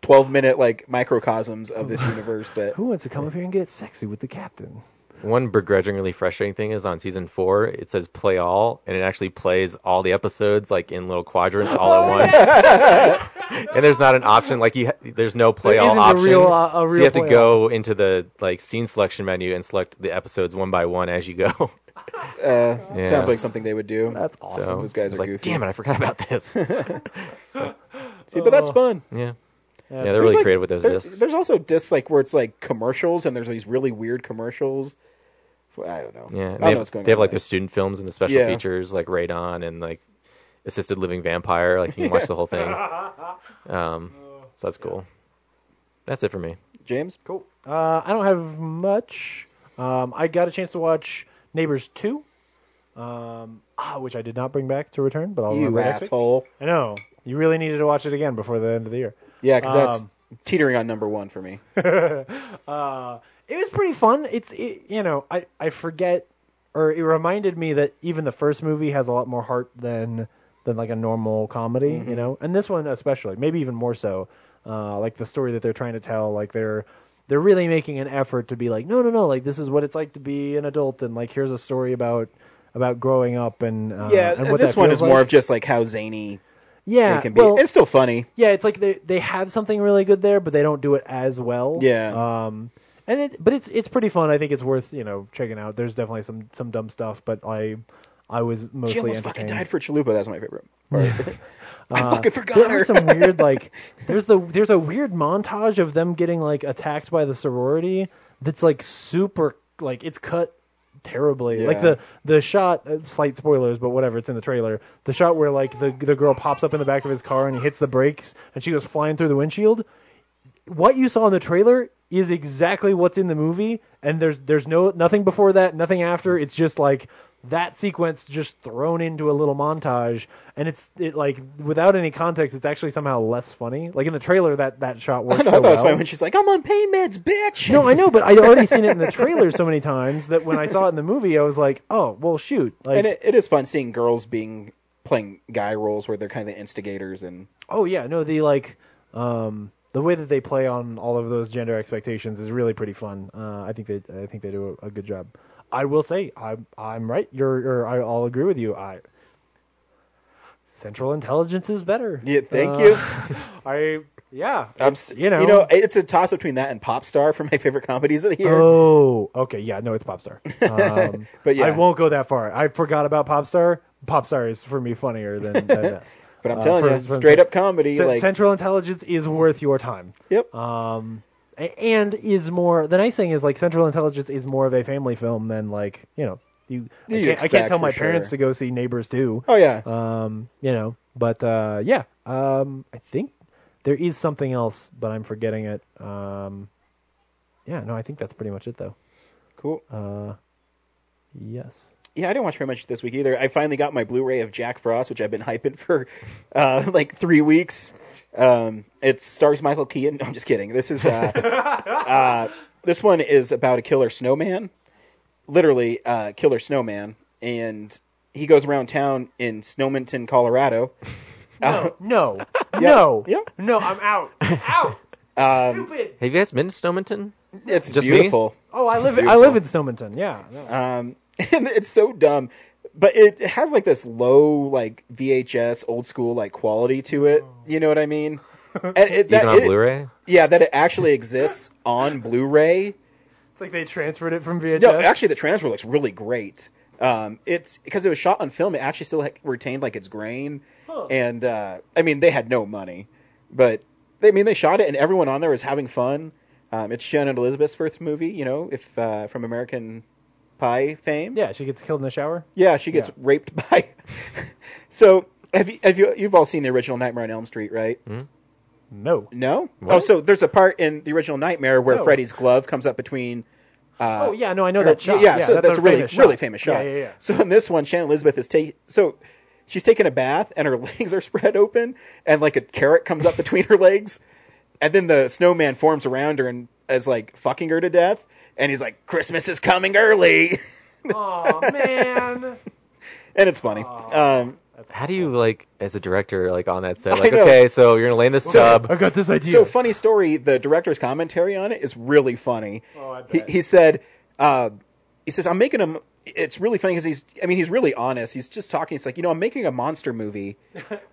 S1: twelve minute like microcosms of this universe that
S2: Who wants to come up here and get sexy with the captain?
S3: One begrudgingly frustrating thing is on season four, it says play all, and it actually plays all the episodes like in little quadrants all
S2: Oh,
S3: at once. and there's not an option like you. Ha- there's no play
S2: There
S3: all
S2: isn't a
S3: option.
S2: real, uh, a
S3: so
S2: real
S3: you have to
S2: play
S3: go into the like scene selection menu and select the episodes one by one as you go.
S1: uh,
S3: Yeah.
S1: sounds like something they would do. That's
S3: So
S1: Those guys
S3: it's
S1: are
S3: like,
S1: goofy.
S3: damn it, I forgot about this. yeah,
S1: See, but that's fun.
S3: yeah, they're
S2: it's-
S3: really
S1: There's, like,
S3: creative with those
S1: there-
S3: discs.
S1: There's also discs like where it's like commercials, and there's these really weird commercials. I don't know. I
S3: Yeah,
S1: don't
S3: and they
S1: know
S3: have,
S1: what's going
S3: they
S1: on.
S3: have like
S1: there.
S3: their student films and the special
S1: Yeah.
S3: features like Radon and like Assisted Living Vampire. Like you can watch the whole thing. Um, so that's cool. That's it for me.
S1: James.
S2: Cool. Uh, I don't have much. Um, I got a chance to watch Neighbors Two, um, ah, which I did not bring back to return, but I'll
S1: You
S2: remember next week.
S1: asshole.
S2: I know. You really needed to watch it again before the end of the year.
S1: Yeah, because that's
S2: Um,
S1: teetering on number one for me.
S2: Uh, it was pretty fun. It's it, you know I I forget or it reminded me that even the first movie has a lot more heart than than like a normal comedy,
S1: Mm-hmm.
S2: you know, and this one especially, maybe even more so. Uh, like the story that they're trying to tell, like they're they're really making an effort to be like, no, no, no, like this is what it's like to be an adult, and like here's a story about about growing up and uh,
S1: yeah,
S2: and what
S1: this
S2: that
S1: one
S2: feels
S1: is more
S2: like.
S1: of just like how zany
S2: yeah,
S1: it can be.
S2: well-
S1: it's still funny.
S2: yeah, it's like they they have something really good there, but they don't do it as well.
S1: Yeah.
S2: Um, and it but it's it's pretty fun. I think it's worth you know checking out. There's definitely some some dumb stuff, but I I was
S1: She
S2: mostly
S1: almost fucking
S2: entertained. Uh,
S1: died for Chalupa. That's my favorite. part. I fucking forgot
S2: There
S1: her.
S2: was some weird like there's the there's a weird montage of them getting like attacked by the sorority that's like super like it's cut terribly like
S1: Yeah.
S2: the the shot uh, slight spoilers but whatever it's in the trailer the shot where like the the girl pops up in the back of his car and he hits the brakes and she goes flying through the windshield what you saw in the trailer is exactly what's in the movie and there's there's no nothing before that nothing after it's just like that sequence just thrown into a little montage and it's it like without any context it's actually somehow less funny like in the trailer that that shot works
S1: I
S2: so
S1: thought that was
S2: Oh, well.
S1: funny when she's like, "I'm on pain meds, bitch."
S2: no i know but i'd already seen it in the trailer so many times that when i saw it in the movie i was like oh well shoot like
S1: and it, it is fun seeing girls being playing guy roles where they're kind of the instigators and
S2: Oh yeah, no, the like um the way that they play on all of those gender expectations is really pretty fun. Uh, I think they I think they do a, a good job. I will say I'm I'm right. You're or I, I'll agree with you. I Central Intelligence is better.
S1: yeah, thank
S2: Uh,
S1: you.
S2: I yeah.
S1: I'm,
S2: it's,
S1: st-
S2: you know.
S1: you know, it's a toss between that and Pop Star for my favorite comedies of the year.
S2: Oh, okay. Yeah, no, it's Popstar. Um,
S1: But yeah.
S2: I won't go that far. I forgot about Popstar. Popstar is for me funnier than, than that.
S1: but I'm
S2: uh,
S1: telling
S2: for-
S1: you,
S2: for-
S1: straight up comedy.
S2: Cen-
S1: like,
S2: Central Intelligence is worth your time.
S1: yep.
S2: um, a- and is more the nice thing is like Central Intelligence is more of a family film than like you know you,
S1: You
S2: I, can't, I
S1: expect
S2: can't tell
S1: for
S2: my
S1: sure.
S2: parents to go see Neighbors too.
S1: oh yeah.
S2: Um, you know, but uh, yeah, um, I think there is something else, but I'm forgetting it. Um, yeah, no, I think that's pretty much it though.
S1: cool.
S2: Yes.
S1: Yeah, I didn't watch very much this week either. I finally got my Blu-ray of Jack Frost, which I've been hyping for uh, like three weeks. Um, it stars Michael Keaton. No, I'm just kidding. This is uh, uh, this one is about a killer snowman, literally uh, killer snowman, and he goes around town in Snowminton, Colorado.
S2: No, no, no,
S1: Oh, yeah. Um,
S2: no! I'm out, out. Stupid.
S3: Have you guys been to Snowminton?
S1: It's
S3: Just me?
S1: beautiful.
S2: Oh, I live. I live in Snowminton. Yeah. No.
S1: Um, and it's so dumb, but it it has like this low, like VHS, old school, like quality to it. You know what I mean? And it, that,
S3: Even on
S1: it-
S3: Blu-ray?
S1: yeah, that it actually exists on Blu-ray.
S2: It's like they transferred it from VHS.
S1: No, actually, the transfer looks really great. Um, it's because it was shot on film; it actually still like, retained like its grain. And uh, I mean, they had no money, but they I mean they shot it, and everyone on there was having fun. Um, it's Shannon Elizabeth's first movie, you know, if uh, from American pie fame.
S2: Yeah, she gets killed in the shower.
S1: Yeah, she gets raped by. so have you, have you you've all seen the original Nightmare on Elm Street, right?
S2: No.
S1: No. Oh, so there's a part in the original Nightmare where
S2: No.
S1: Freddy's glove comes up between. Uh,
S2: oh yeah, no, I know that shot.
S1: Yeah, so that's, a really
S2: famous shot.
S1: really famous shot.
S2: Yeah, yeah, yeah.
S1: So in this one, Shannon Elizabeth is taking so she's taking a bath and her legs are spread open and like a carrot comes up between her legs, and then the snowman forms around her and is like fucking her to death, and he's like, "Christmas is coming early,"
S2: Oh man.
S1: and it's funny. Um,
S3: How do you like as a director like on that set?
S1: I
S3: Like,
S1: know.
S3: okay, so you're gonna lay in this tub.
S2: I got this idea.
S1: So funny story. The director's commentary on it is really funny. Oh, I bet. He, he said, uh, he says, I'm making him. It's really funny because he's. I mean, he's really honest. He's just talking. He's like, you know, I'm making a monster movie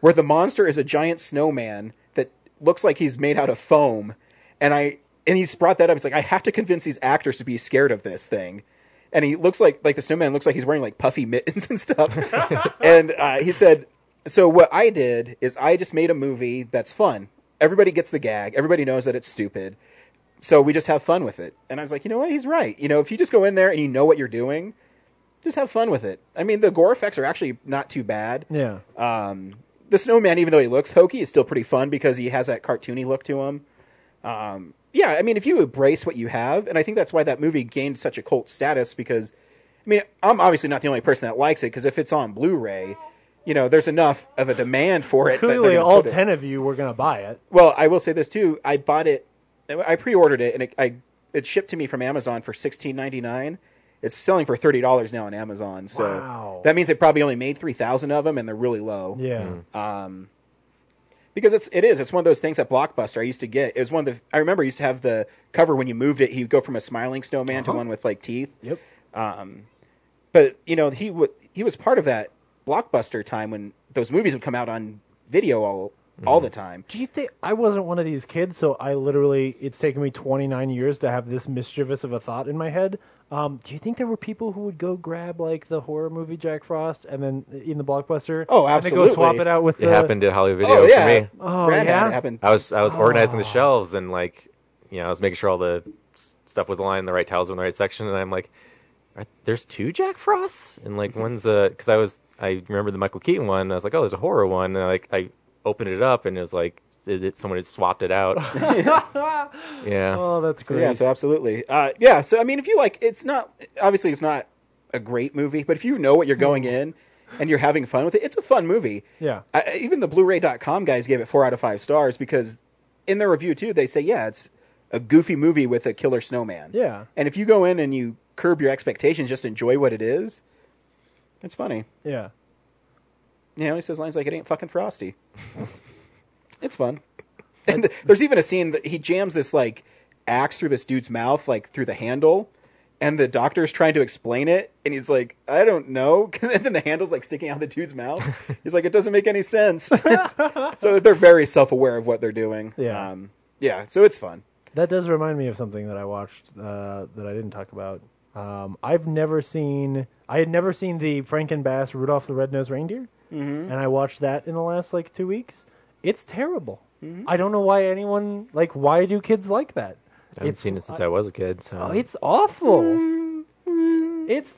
S1: where the monster is a giant snowman that looks like he's made out of foam, and I and he's brought that up. He's like, I have to convince these actors to be scared of this thing. And he looks like like the snowman looks like he's wearing like puffy mittens and stuff. and uh, he said, "So what I did is I just made a movie that's fun. Everybody gets the gag. Everybody knows that it's stupid. So we just have fun with it." And I was like, "You know what? He's right. You know, if you just go in there and you know what you're doing, just have fun with it. I mean, the gore effects are actually not too bad.
S2: Yeah. Uh,
S1: Um, the snowman, even though he looks hokey, is still pretty fun because he has that cartoony look to him. Um, yeah, I mean, if you embrace what you have, and I think that's why that movie gained such a cult status because, I mean, I'm obviously not the only person that likes it because if it's on Blu-ray, you know, there's enough of a demand for it. that they're
S2: Clearly,
S1: gonna
S2: all
S1: put it-
S2: ten of you were gonna buy it.
S1: Well, I will say this too. I bought it, I pre-ordered it, and it, I it shipped to me from Amazon for sixteen ninety nine. It's selling for thirty dollars now on Amazon, so
S2: Wow.
S1: that means they probably only made three thousand of them, and they're really low
S2: Yeah.
S1: because it's it is it's one of those things that blockbuster i used to get it was one of the i remember I used to have the cover when you moved it he'd go from a smiling snowman to one with like teeth
S2: Uh-huh.
S1: Um,
S2: Yep.
S1: but you know he would he was part of that blockbuster time when those movies would come out on video all
S2: Mm-hmm.
S1: all the time
S2: Do you think I wasn't one of these kids? So I literally, it's taken me 29 years to have this mischievous of a thought in my head. Um, do you think there were people who would go grab like the horror movie Jack Frost and then in the blockbuster?
S1: Oh,
S2: And then go swap
S1: absolutely.
S2: it out with
S3: It
S2: the,
S3: happened at Hollywood Video
S1: oh yeah
S3: for me.
S2: Oh,
S1: Brad had
S2: yeah?
S1: it happen.
S3: I was I was organizing the shelves and like you know I was making sure all the s- stuff was aligned, the right towels were in the right section, and I'm like, "Are- there's two Jack Frosts, and like one's a because I was I remember the Michael Keaton one, and I was like, oh, there's a horror one, and like I opened it up and it was like it, it- someone had swapped it out. yeah,
S2: Oh, that's great.
S1: yeah so absolutely uh, yeah so i mean if you like it's not obviously it's not a great movie but if you know what you're going in and you're having fun with it it's a fun movie
S2: Hmm. Yeah.
S1: I- I, even the Blu-ray.com guys gave it four out of five stars because in their review too, they say, yeah, it's a goofy movie with a killer snowman.
S2: Yeah.
S1: And if you go in and you curb your expectations, just enjoy what it is. It's funny.
S2: yeah.
S1: You know, he says lines like, it ain't fucking frosty. it's fun. And there's even a scene that he jams this like axe through this dude's mouth, like through the handle. And the doctor's trying to explain it, and he's like, "I don't know." And then the handle's like sticking out the dude's mouth. He's like, "It doesn't make any sense." so they're very self-aware of what they're doing.
S2: Yeah.
S1: um, yeah. So it's fun.
S2: That does remind me of something that I watched uh, that I didn't talk about. Um, I've never seen. I had never seen the Frankenbass Rudolph the Red-Nosed Reindeer, and I watched that in the last like two weeks. It's terrible. I don't know why anyone like. Why do kids like that?
S3: I haven't seen it since I, was a kid. So
S2: Oh, it's awful. It's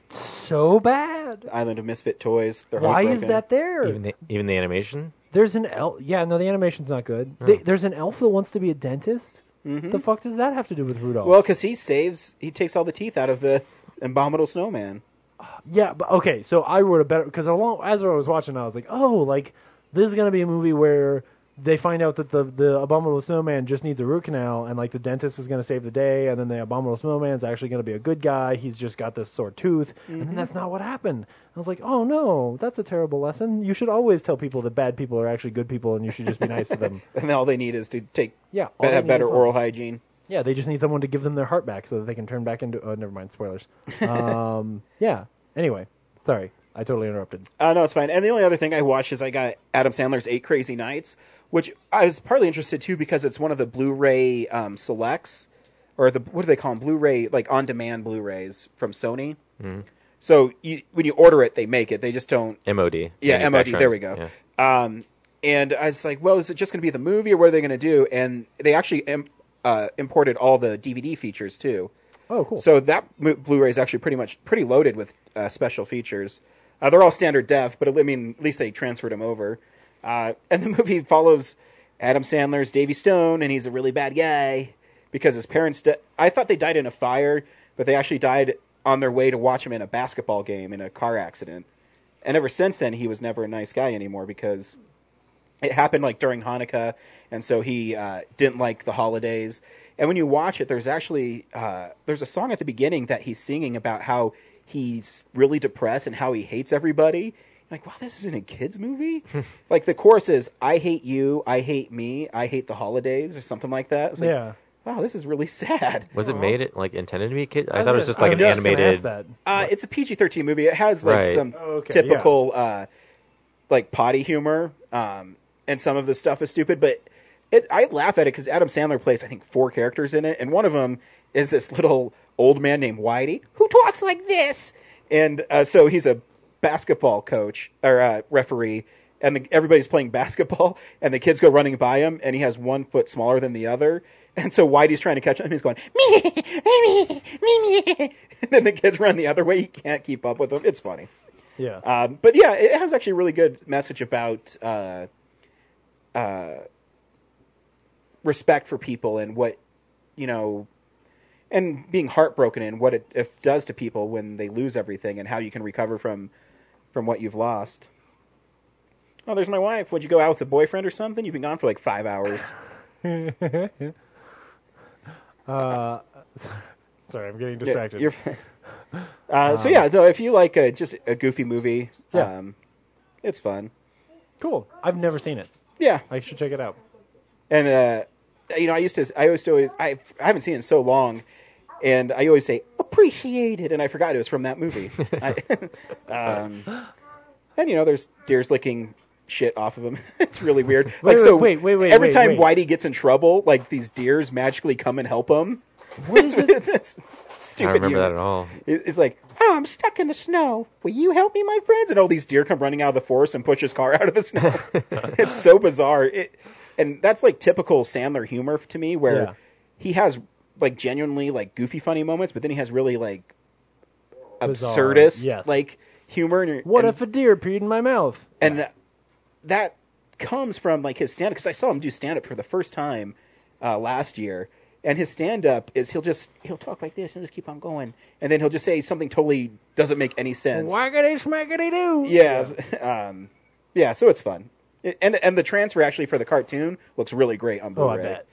S2: so bad.
S1: Island of Misfit Toys. They're
S2: Why is
S1: heartbroken.
S2: that there?
S3: even the even the animation.
S2: There's an elf. Yeah, no, the animation's not good. They, there's an elf that wants to be a dentist. The fuck does that have to do with Rudolph?
S1: Well, because he saves, he takes all the teeth out of the abominable snowman.
S2: Yeah, but okay. So I wrote a better because along as I was watching, I was like, oh, like this is gonna be a movie where they find out that the the abominable snowman just needs a root canal, and like the dentist is gonna save the day, and then the abominable snowman's actually gonna be a good guy. He's just got this sore tooth, and then that's not what happened. I was like, oh no, that's a terrible lesson. You should always tell people that bad people are actually good people, and you should just be nice to them.
S1: And all they need is to take
S2: Yeah, all they
S1: have
S2: need
S1: better
S2: is love.
S1: oral hygiene.
S2: Yeah, they just need someone to give them their heart back so that they can turn back into. Oh, never mind, spoilers. Um, yeah. Anyway, sorry, I totally interrupted.
S1: Uh, no, it's fine. And the only other thing I watched is I got Adam Sandler's Eight Crazy Nights, which I was partly interested too because it's one of the Blu-ray um, selects, or the what do they call them? Blu-ray like on-demand Blu-rays from Sony. So you, when you order it, they make it. They just don't
S3: MOD.
S1: Mm-hmm. Yeah, MOD.
S3: manufacturing.
S1: There we go.
S3: Yeah.
S1: Um, and I was like, well, is it just going to be the movie, or what are they going to do? And they actually im- uh, imported all the DVD features too.
S2: Oh, cool.
S1: So that mo- Blu-ray is actually pretty much pretty loaded with uh, special features. Uh, they're all standard def, but I mean, at least they transferred them over. Uh, and the movie follows Adam Sandler's Davy Stone, and he's a really bad guy because his parents. Di- I thought they died in a fire, but they actually died on their way to watch him in a basketball game in a car accident. And ever since then, he was never a nice guy anymore because it happened like during Hanukkah, and so he uh, didn't like the holidays. And when you watch it, there's actually uh, there's a song at the beginning that he's singing about how he's really depressed and how he hates everybody. You're like, wow, this isn't a kids movie. like the chorus is, "I hate you, I hate me, I hate the holidays," or something like that. It's like,
S2: Yeah.
S1: Wow, this is really sad.
S3: Was it made it like intended to be kid?
S2: I
S3: I, thought it
S2: gonna-
S3: was just
S2: Oh, I
S3: like an
S2: just gonna
S3: animated.
S2: ask that.
S1: Uh, it's a PG thirteen movie. It has like
S3: Right.
S1: some
S2: Oh, okay, yeah.
S1: typical uh, like potty humor, um, and some of the stuff is stupid. But it, I laugh at it because Adam Sandler plays I think four characters in it, and one of them is this little old man named Whitey who talks like this, and uh, so he's a basketball coach or uh, referee. And the, everybody's playing basketball, and the kids go running by him, and he has one foot smaller than the other, and so Whitey's trying to catch him. and He's going me, me, me, me, and then the kids run the other way. He can't keep up with them. It's funny.
S2: Yeah.
S1: Um, but yeah, it has actually a really good message about uh, uh, respect for people and what you know, and being heartbroken and what it, it does to people when they lose everything and how you can recover from from what you've lost. Oh, there's my wife. Would you go out with a boyfriend or something? You've been gone for like five hours.
S2: Uh, Sorry, I'm getting
S1: Uh, Yeah,
S2: distracted. Um,
S1: you're- uh, so yeah, so if you like a, just a goofy movie,
S2: Yeah.
S1: um, it's fun.
S2: cool. I've never seen it.
S1: Yeah,
S2: I should check it out.
S1: and uh, you know, I used to, I used to always, I, I haven't seen it in so long, and I always say appreciate it, and I forgot it was from that movie. I, um, and you know, there's deers licking shit off of him. it's really weird. like
S2: wait,
S1: so,
S2: wait, wait, wait,
S1: Every
S2: wait,
S1: time
S2: wait.
S1: Whitey gets in trouble, like these deers magically come and help him. it's, it's, it's
S3: I
S1: stupid.
S3: don't remember
S1: humor.
S3: that at all.
S1: It- It's like, oh, I'm stuck in the snow. Will you help me, my friends? And all these deer come running out of the forest and push his car out of the snow. it's so bizarre. It, and that's like typical Sandler humor to me, where
S2: Yeah.
S1: he has like genuinely like goofy, funny moments, but then he has really like
S2: Bizarre.
S1: absurdist
S2: Yes.
S1: like humor. And,
S2: What
S1: and,
S2: if a deer peed in my mouth?
S1: and that comes from like his stand up because I saw him do stand up for the first time uh, last year, and his stand up is he'll just he'll talk like this and just keep on going, and then he'll just say something totally doesn't make any sense.
S2: Waggity smaggity doo.
S1: Yeah, yeah. Um, yeah, so it's fun. It- and and the transfer actually for the cartoon looks really great on
S2: Oh, I
S1: Blu-ray.
S2: bet.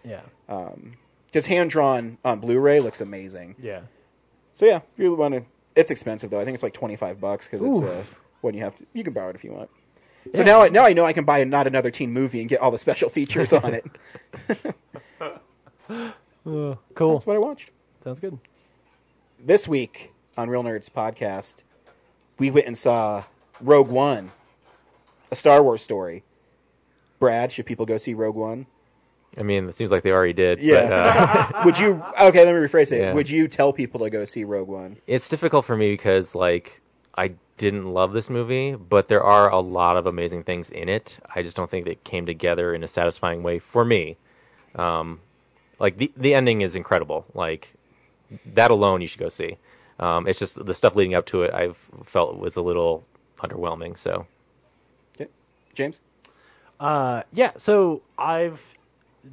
S2: Yeah.
S1: Because hand drawn on Blu-ray looks amazing.
S2: Yeah.
S1: So yeah, if you want to, it's expensive though. I think it's like twenty five bucks because it's
S2: Oof.
S1: uh, when you have to. You can borrow it if you want. So now, I, now I know I can buy a not another teen movie and get all the special features on it.
S2: Cool.
S1: Uh, That's what I watched
S2: Sounds good.
S1: this week on Real Nerds podcast. We went and saw Rogue One, a Star Wars story. Brad, should people go see Rogue One?
S3: I mean, it seems like they already did.
S1: Yeah.
S3: But, uh,
S1: Would you? Okay, let me rephrase it.
S3: Yeah.
S1: Would you tell people to go see Rogue One?
S3: it's difficult for me because like I didn't love this movie, but there are a lot of amazing things in it. I just don't think they came together in a satisfying way for me. Um, like the the ending is incredible. Like that alone, you should go see. Um, it's just the stuff leading up to it. I've felt was a little underwhelming. So
S1: Okay. James,
S2: Uh, yeah, so I've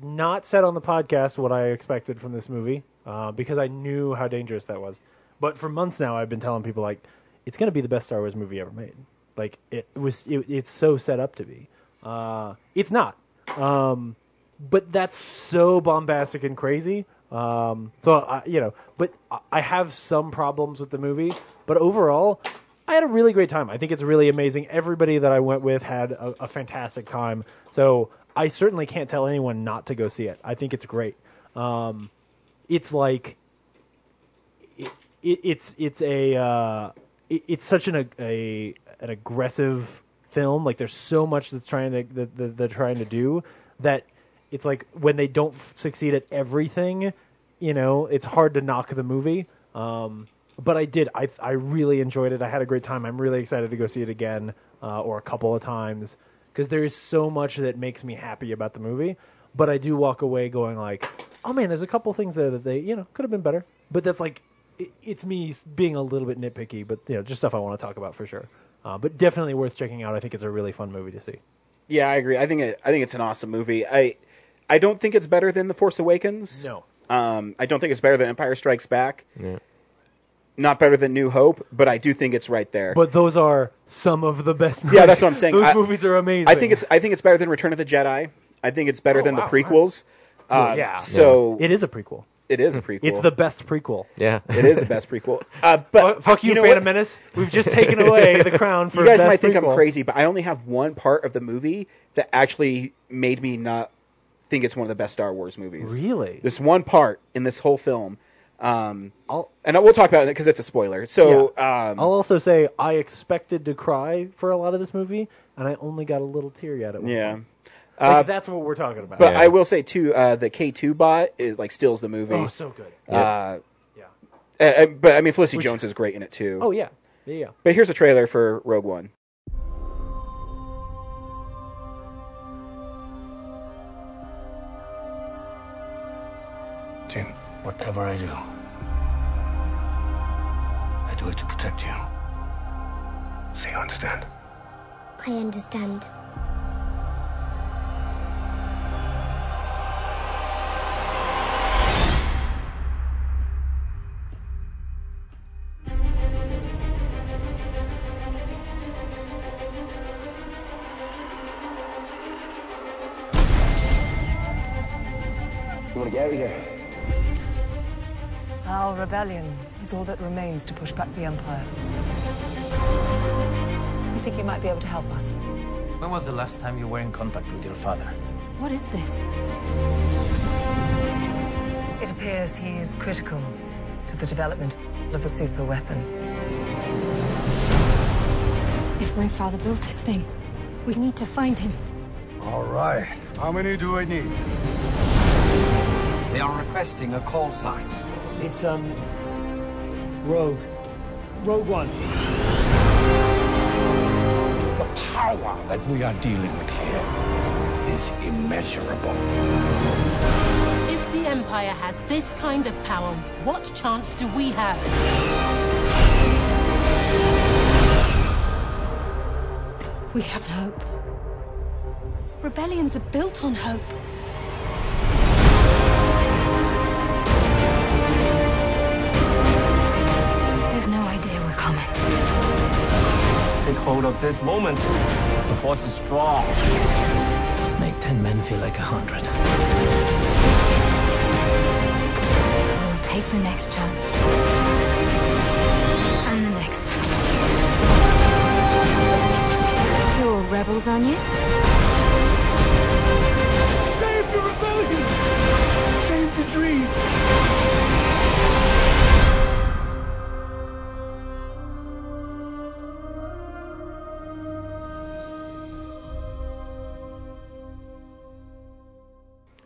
S2: not said on the podcast what I expected from this movie uh, because I knew how dangerous that was. But for months now, I've been telling people like it's going to be the best Star Wars movie ever made. Like it was, it, it's so set up to be. Uh, it's not. Um, but that's so bombastic and crazy. Um, so I, you know, but I- I have some problems with the movie. But overall, I had a really great time. I think it's really amazing. Everybody that I went with had a, a fantastic time. So I certainly can't tell anyone not to go see it. I think it's great. Um, it's like it, it, it's it's a uh, it, it's such an a, a an aggressive film. Like there's so much that's trying to that, that they're trying to do that it's like when they don't f- succeed at everything, you know, it's hard to knock the movie. Um, but I did. I I really enjoyed it. I had a great time. I'm really excited to go see it again uh, or a couple of times because there is so much that makes me happy about the movie. But I do walk away going like, oh man, there's a couple things there that they you know could have been better. But that's like it, it's me s- being a little bit nitpicky, but you know, just stuff I want to talk about for sure. Uh, but definitely worth checking out. I think it's a really fun movie to see.
S1: Yeah, I agree. I think it, I think it's an awesome movie. I I don't think it's better than The Force Awakens.
S2: No.
S1: Um, I don't think it's better than Empire Strikes Back. Not better than New Hope, but I do think it's right there.
S2: But those are some of the best. movies.
S1: that's what I'm saying.
S2: Those
S1: I-
S2: movies are amazing.
S1: I think it's I think it's better than Return of the Jedi. I think it's better than
S2: Oh, wow,
S1: the prequels. Uh,
S2: Well, yeah.
S1: So
S2: it is a prequel.
S1: it is a prequel.
S2: It's the best prequel.
S3: Yeah,
S1: it is the best prequel. Uh, but
S2: Fu- Fuck you,
S1: know
S2: Phantom
S1: what?
S2: Menace. We've just taken away the crown for
S1: you guys
S2: best
S1: might think
S2: prequel.
S1: I'm crazy, but I only have one part of the movie that actually made me not think it's one of the best Star Wars movies.
S2: Really?
S1: This one part in this whole film. Um,
S2: I'll-
S1: and we'll talk about it because it's a spoiler. So, um,
S2: I'll also say I expected to cry for a lot of this movie, and I only got a little teary at it.
S1: yeah.
S2: like,
S1: Uh,
S2: that's what we're talking about.
S1: But I will say too, uh, the K two bot is like steals the movie.
S2: oh, so good.
S1: uh,
S2: Yeah.
S1: uh, uh, but I mean, Felicity Jones is great in it too.
S2: Oh yeah, yeah. yeah.
S1: But here's a trailer for Rogue One.
S10: Jim, whatever I do, I do it to protect you. So you understand?
S11: I understand.
S12: You want to get out of here?
S13: Our rebellion is all that remains to push back the Empire. We think you might be able to help us.
S14: When was the last time you were in contact with your father?
S13: What is this? It appears he is critical to the development of a super weapon.
S11: If my father built this thing, we need to find him.
S10: All right. How many do I need?
S15: They are requesting a call sign. It's, um. Rogue. Rogue One.
S10: The power that we are dealing with here is immeasurable.
S16: If the Empire has this kind of power, what chance do we have?
S11: We have hope. Rebellions are built on hope. They've no idea we're coming.
S14: Take hold of this moment. The force is strong. Make ten men feel like a hundred.
S11: We'll take the next chance. And the next time. You're rebels, aren't you?
S6: Save the rebellion! Save the dream!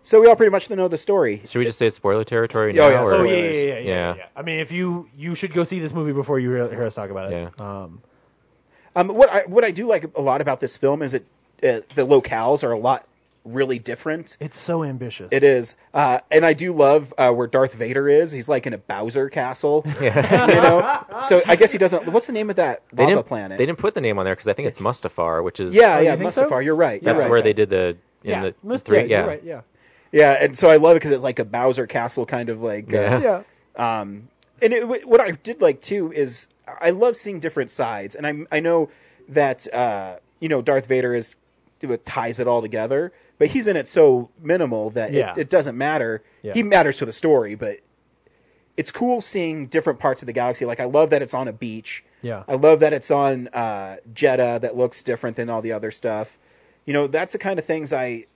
S1: So we all pretty much know the story.
S3: Should we just say it's spoiler territory now?
S1: Oh, yeah,
S3: or-
S2: Oh yeah, yeah, yeah, yeah, yeah,
S3: Yeah.
S2: yeah. I mean, if you you should go see this movie before you hear, hear us talk about it. Um,
S1: Um, what I what I do like a lot about this film is that uh, the locales are a lot really different.
S2: it's so ambitious.
S1: It is, uh, and I do love uh, where Darth Vader is. He's like in a Bowser castle, you know. So I guess he doesn't. What's the name of that
S3: They
S1: lava
S3: didn't,
S1: planet?
S3: they didn't put the name on there because I think it's Mustafar, which is
S1: Yeah, Oh, you yeah, think so? Mustafar, you're right, you're
S3: That's
S1: right.
S3: where they did the in
S1: Yeah,
S3: the
S1: Must-
S3: three.
S1: yeah, you're
S3: Yeah,
S1: right, Yeah, and so I love it because it's like a Bowser castle kind of like. Uh, yeah. Um, and it, what I did like too is I love seeing different sides, and I I know that uh, you know Darth Vader is ties it all together, but he's in it so minimal that
S2: Yeah.
S1: it, it doesn't matter.
S2: Yeah.
S1: He matters to the story, but it's cool seeing different parts of the galaxy. Like I love that it's on a beach.
S2: Yeah.
S1: I love that it's on uh, Jeddah that looks different than all the other stuff. You know, that's the kind of things I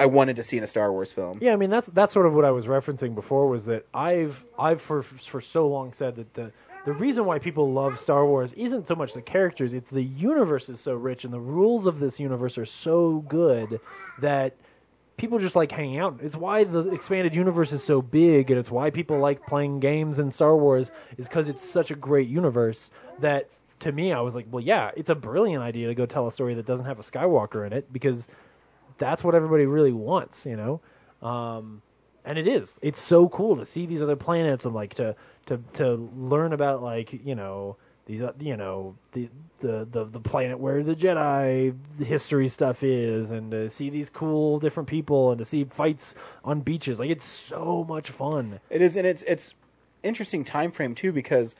S1: I wanted to see in a Star Wars film.
S2: Yeah, I mean that's that's sort of what I was referencing before was that I've I've for for so long said that the the reason why people love Star Wars isn't so much the characters, it's the universe is so rich and the rules of this universe are so good that people just like hanging out. It's why the expanded universe is so big and it's why people like playing games in Star Wars is cuz it's such a great universe that to me I was like, well yeah, it's a brilliant idea to go tell a story that doesn't have a Skywalker in it because that's what everybody really wants, you know. Um, and it is. It's so cool to see these other planets and like to to to learn about like you know these uh, you know the, the the the planet where the Jedi history stuff is, and to see these cool different people, and to see fights on beaches. Like it's so much fun.
S1: It is, and it's it's interesting time frame too because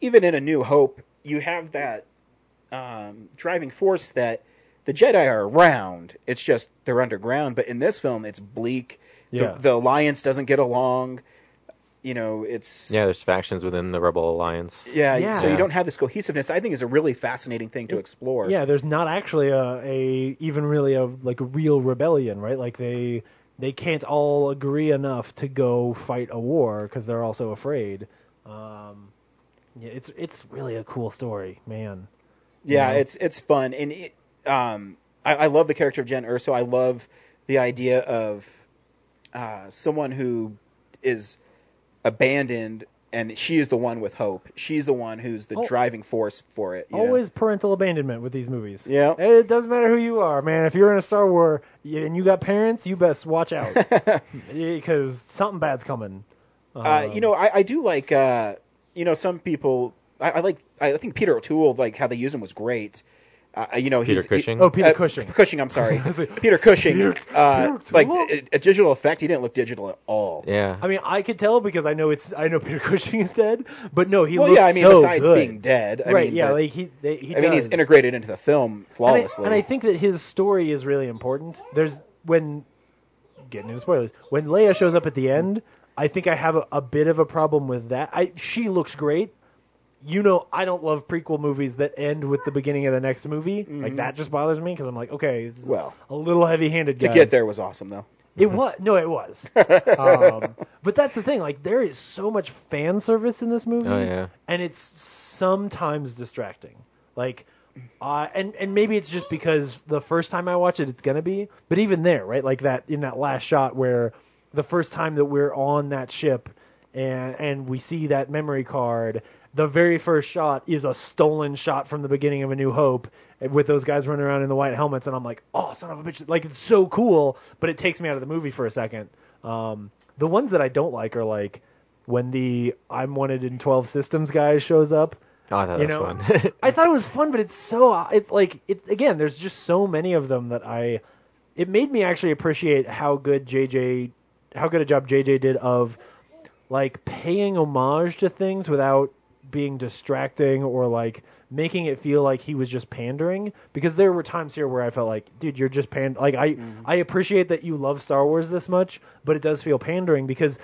S1: even in A New Hope, you have that um, driving force that the Jedi are around. It's just they're underground. But in this film, it's bleak.
S2: Yeah.
S1: The, the alliance doesn't get along. You know, it's
S3: yeah. There's factions within the Rebel Alliance.
S1: Yeah, so you don't have this cohesiveness. I think is a really fascinating thing to explore.
S2: Yeah, there's not actually a, a even really a like a real rebellion, right? Like they they can't all agree enough to go fight a war because they're also afraid. Um, yeah, it's it's really a cool story, man.
S1: Yeah,
S2: You know?
S1: it's it's fun, and it, um, I, I love the character of Jen Urso. I love the idea of uh, someone who is abandoned, and she is the one with hope. She's the one who's the
S2: Oh.
S1: driving force for it. you know?
S2: Always parental abandonment with these movies.
S1: Yeah.
S2: And It doesn't matter who you are, man. If you're in a Star Wars and you got parents, you best watch out because something bad's coming.
S1: Uh,
S2: um,
S1: you know, I, I do like uh, you know some people. I, I like. I think Peter O'Toole, like how they use him, was great. Uh, you know,
S3: Peter
S1: he's,
S3: Cushing?
S2: Oh, Peter
S1: uh,
S2: Cushing.
S1: Cushing. I'm sorry,
S2: I was like,
S1: Peter Cushing.
S2: Peter-
S1: uh,
S2: Peter
S1: like
S2: O'Toole?
S1: a, a digital effect. He didn't look digital at all.
S3: Yeah.
S2: I mean, I could tell because I know it's I know Peter Cushing is dead, but no, he
S1: well,
S2: looks
S1: yeah. I mean,
S2: so
S1: besides
S2: good.
S1: being dead, I
S2: right?
S1: mean,
S2: yeah,
S1: but-
S2: like he, they, he
S1: I mean, he's
S2: does.
S1: integrated into the film flawlessly.
S2: And I, and I think that his story is really important. There's when getting into spoilers. When Leia shows up at the end, I think I have a, a bit of a problem with that. I she looks great. You know, I don't love prequel movies that end with the beginning of the next movie. Like
S1: Mhm.
S2: that just bothers me because I'm like, okay, it's
S1: Well,
S2: a little heavy-handed.
S1: to
S2: guys.
S1: get there was awesome though.
S2: It was no, it was. um, but that's the thing. Like there is so much fan service in this movie,
S3: Oh, yeah.
S2: and it's sometimes distracting. Like, uh, and and maybe it's just because the first time I watch it, it's gonna be. But even there, right? Like that in that last shot where the first time that we're on that ship and and we see that memory card. The very first shot is a stolen shot from the beginning of A New Hope with those guys running around in the white helmets, and I'm like, oh, son of a bitch! Like it's so cool, but it takes me out of the movie for a second. Um, the ones that I don't like are like when the I'm wanted in 12 systems guy shows up.
S3: Oh, I thought
S2: you
S3: that
S2: know,
S3: was fun.
S2: I thought it was fun, but it's so it's like it again. There's just so many of them that I. It made me actually appreciate how good JJ, how good a job JJ did of like paying homage to things without being distracting or like making it feel like he was just pandering because there were times here where I felt like dude you're just pand like I I appreciate that you love Star Wars this much but it does feel pandering because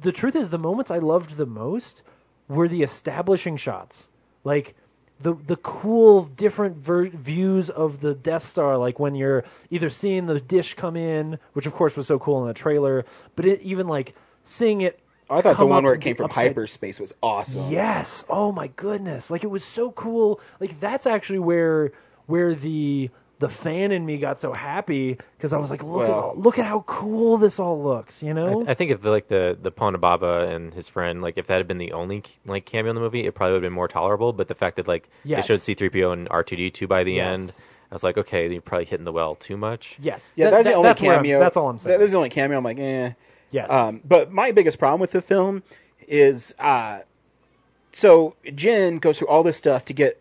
S2: the truth is the moments I loved the most were the establishing shots like the the cool different ver- views of the Death Star, like when you're either seeing the dish come in, which of course was so cool in the trailer, but it, even like seeing it.
S1: I thought the
S2: come
S1: one
S2: up
S1: where it
S2: and
S1: came
S2: be
S1: from
S2: upside-
S1: hyperspace was awesome.
S2: Yes. Oh my goodness. Like it was so cool. Like that's actually where where the the fan in me got so happy because I was like, look
S3: Well-
S2: at look at how cool this all looks. You
S3: I,
S2: know.
S3: th- I think if the, like the the Pona Baba and his friend, like if that had been the only like cameo in the movie, it probably would have been more tolerable. But the fact that like
S2: Yes.
S3: they showed C three PO and R two D two by the
S2: Yes.
S3: end, I was like, okay, you're probably hitting the well too much.
S2: yes.
S1: Yeah,
S2: That-
S1: that's
S2: that-
S1: the only
S2: that's where I'm-
S1: cameo.
S2: that's all I'm saying.
S1: That, that's the only cameo. I'm like, eh.
S2: Yes.
S1: Um, but my biggest problem with the film is, uh, so Jen goes through all this stuff to get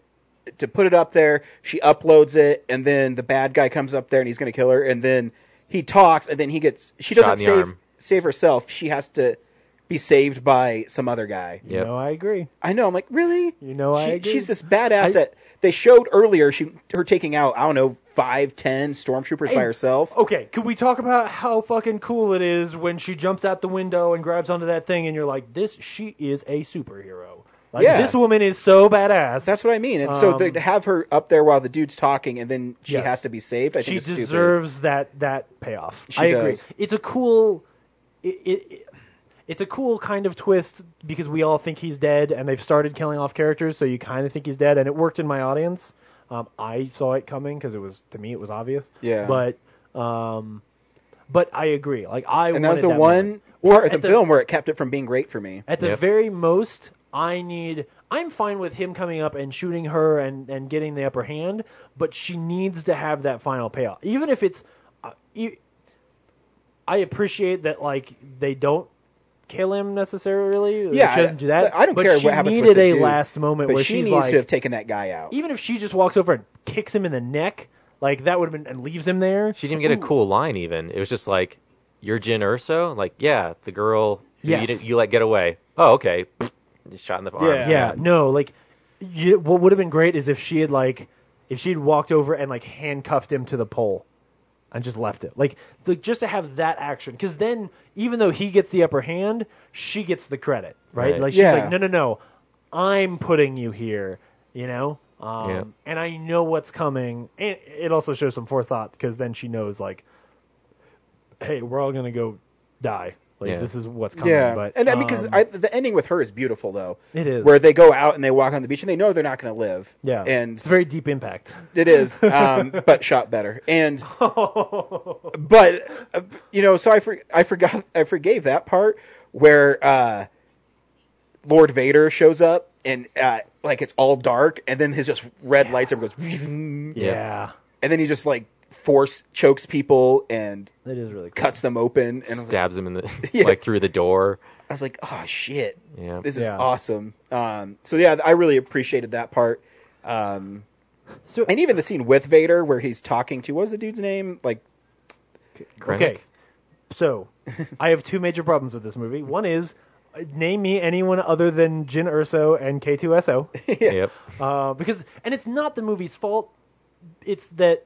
S1: to put it up there. She uploads it, and then the bad guy comes up there and he's going to kill her. And then he talks, and then he gets. She
S3: Shot
S1: doesn't
S3: in the
S1: save
S3: arm.
S1: save herself. She has to be saved by some other guy.
S2: You know, I agree.
S1: I know. I'm like, really?
S2: You know, I
S1: She-
S2: agree.
S1: She's this badass that they showed earlier. She her taking out I don't know five ten stormtroopers by
S2: Hey,
S1: herself.
S2: Okay, could we talk about how fucking cool it is when she jumps out the window and grabs onto that thing and you're like, this, she is a superhero. Like,
S1: Yeah.
S2: this woman is so badass.
S1: That's what I mean. And so they,
S2: Um,
S1: to have her up there while the dude's talking, and then she
S2: Yes.
S1: has to be saved. I think
S2: she
S1: it's stupid.
S2: deserves that that payoff.
S1: She
S2: I agree.
S1: does.
S2: It's a cool, it, it, it- it's a cool kind of twist because we all think he's dead, and they've started killing off characters, so you kind of think he's dead, and it worked in my audience. Um, I saw it coming because it was to me it was obvious.
S1: Yeah.
S2: but um, but I agree. Like I
S1: and that was the
S2: wanted
S1: one
S2: moment.
S1: part of the,
S2: At the-
S1: film where it kept it from being great for me.
S2: At the very most, I need. I'm fine with him coming up and shooting her and, and getting the upper hand, but she needs to have that final payoff. Even if it's. Uh, e- I appreciate that, like, they don't kill him necessarily.
S1: Yeah,
S2: she doesn't do that.
S1: I, I don't
S2: but
S1: care
S2: she
S1: what happens
S2: needed
S1: with the
S2: a
S1: dude,
S2: last moment
S1: but
S2: where
S1: she
S2: she's
S1: needs
S2: like,
S1: to have taken that guy out.
S2: even if she just walks over and kicks him in the neck, like that would have been and leaves him there.
S3: She didn't get a
S2: Ooh.
S3: cool line even. It was just like, "You're Jin Urso." Like, yeah, the girl who
S2: Yes.
S3: you, didn't- you let get away. Oh, okay. Just shot in the arm.
S2: Yeah. no, like you, what would have been great is if she had like if she had walked over and like handcuffed him to the pole and just left it. Like the, just to have that action cuz then even though he gets the upper hand, she gets the credit, right?
S3: Right.
S2: Like
S3: Yeah.
S2: she's like no no no, I'm putting you here, you know? Um
S3: Yeah.
S2: and I know what's coming. And it also shows some forethought cuz then she knows like hey, we're all going to go die. Like
S1: Yeah.
S2: this is what's coming,
S1: yeah,
S2: but
S1: and I mean, because
S2: um,
S1: the ending with her is beautiful though.
S2: It is.
S1: where they go out and they walk on the beach and they know they're not going to live.
S2: Yeah.
S1: and
S2: it's a very deep impact.
S1: It is, um, but shot better. And but uh, you know, so I for, I forgot I forgave that part where uh, Lord Vader shows up and uh, like it's all dark, and then his just red lights up goes.
S2: Yeah.
S1: and then he just like force chokes people and
S2: That is really
S1: cuts them open and I was like,
S3: Stabs him in the
S1: Yeah.
S3: like through the door.
S1: I was like, oh shit,
S3: Yeah.
S1: this is
S3: Yeah.
S1: awesome. Um, so yeah, I really appreciated that part. Um, and even the scene with Vader where he's talking to what was the dude's name? Like,
S2: Okay. So, I have two major problems with this movie. One is uh, name me anyone other than Jin Urso and K2SO.
S3: Yep.
S2: Uh, because and it's not the movie's fault. It's that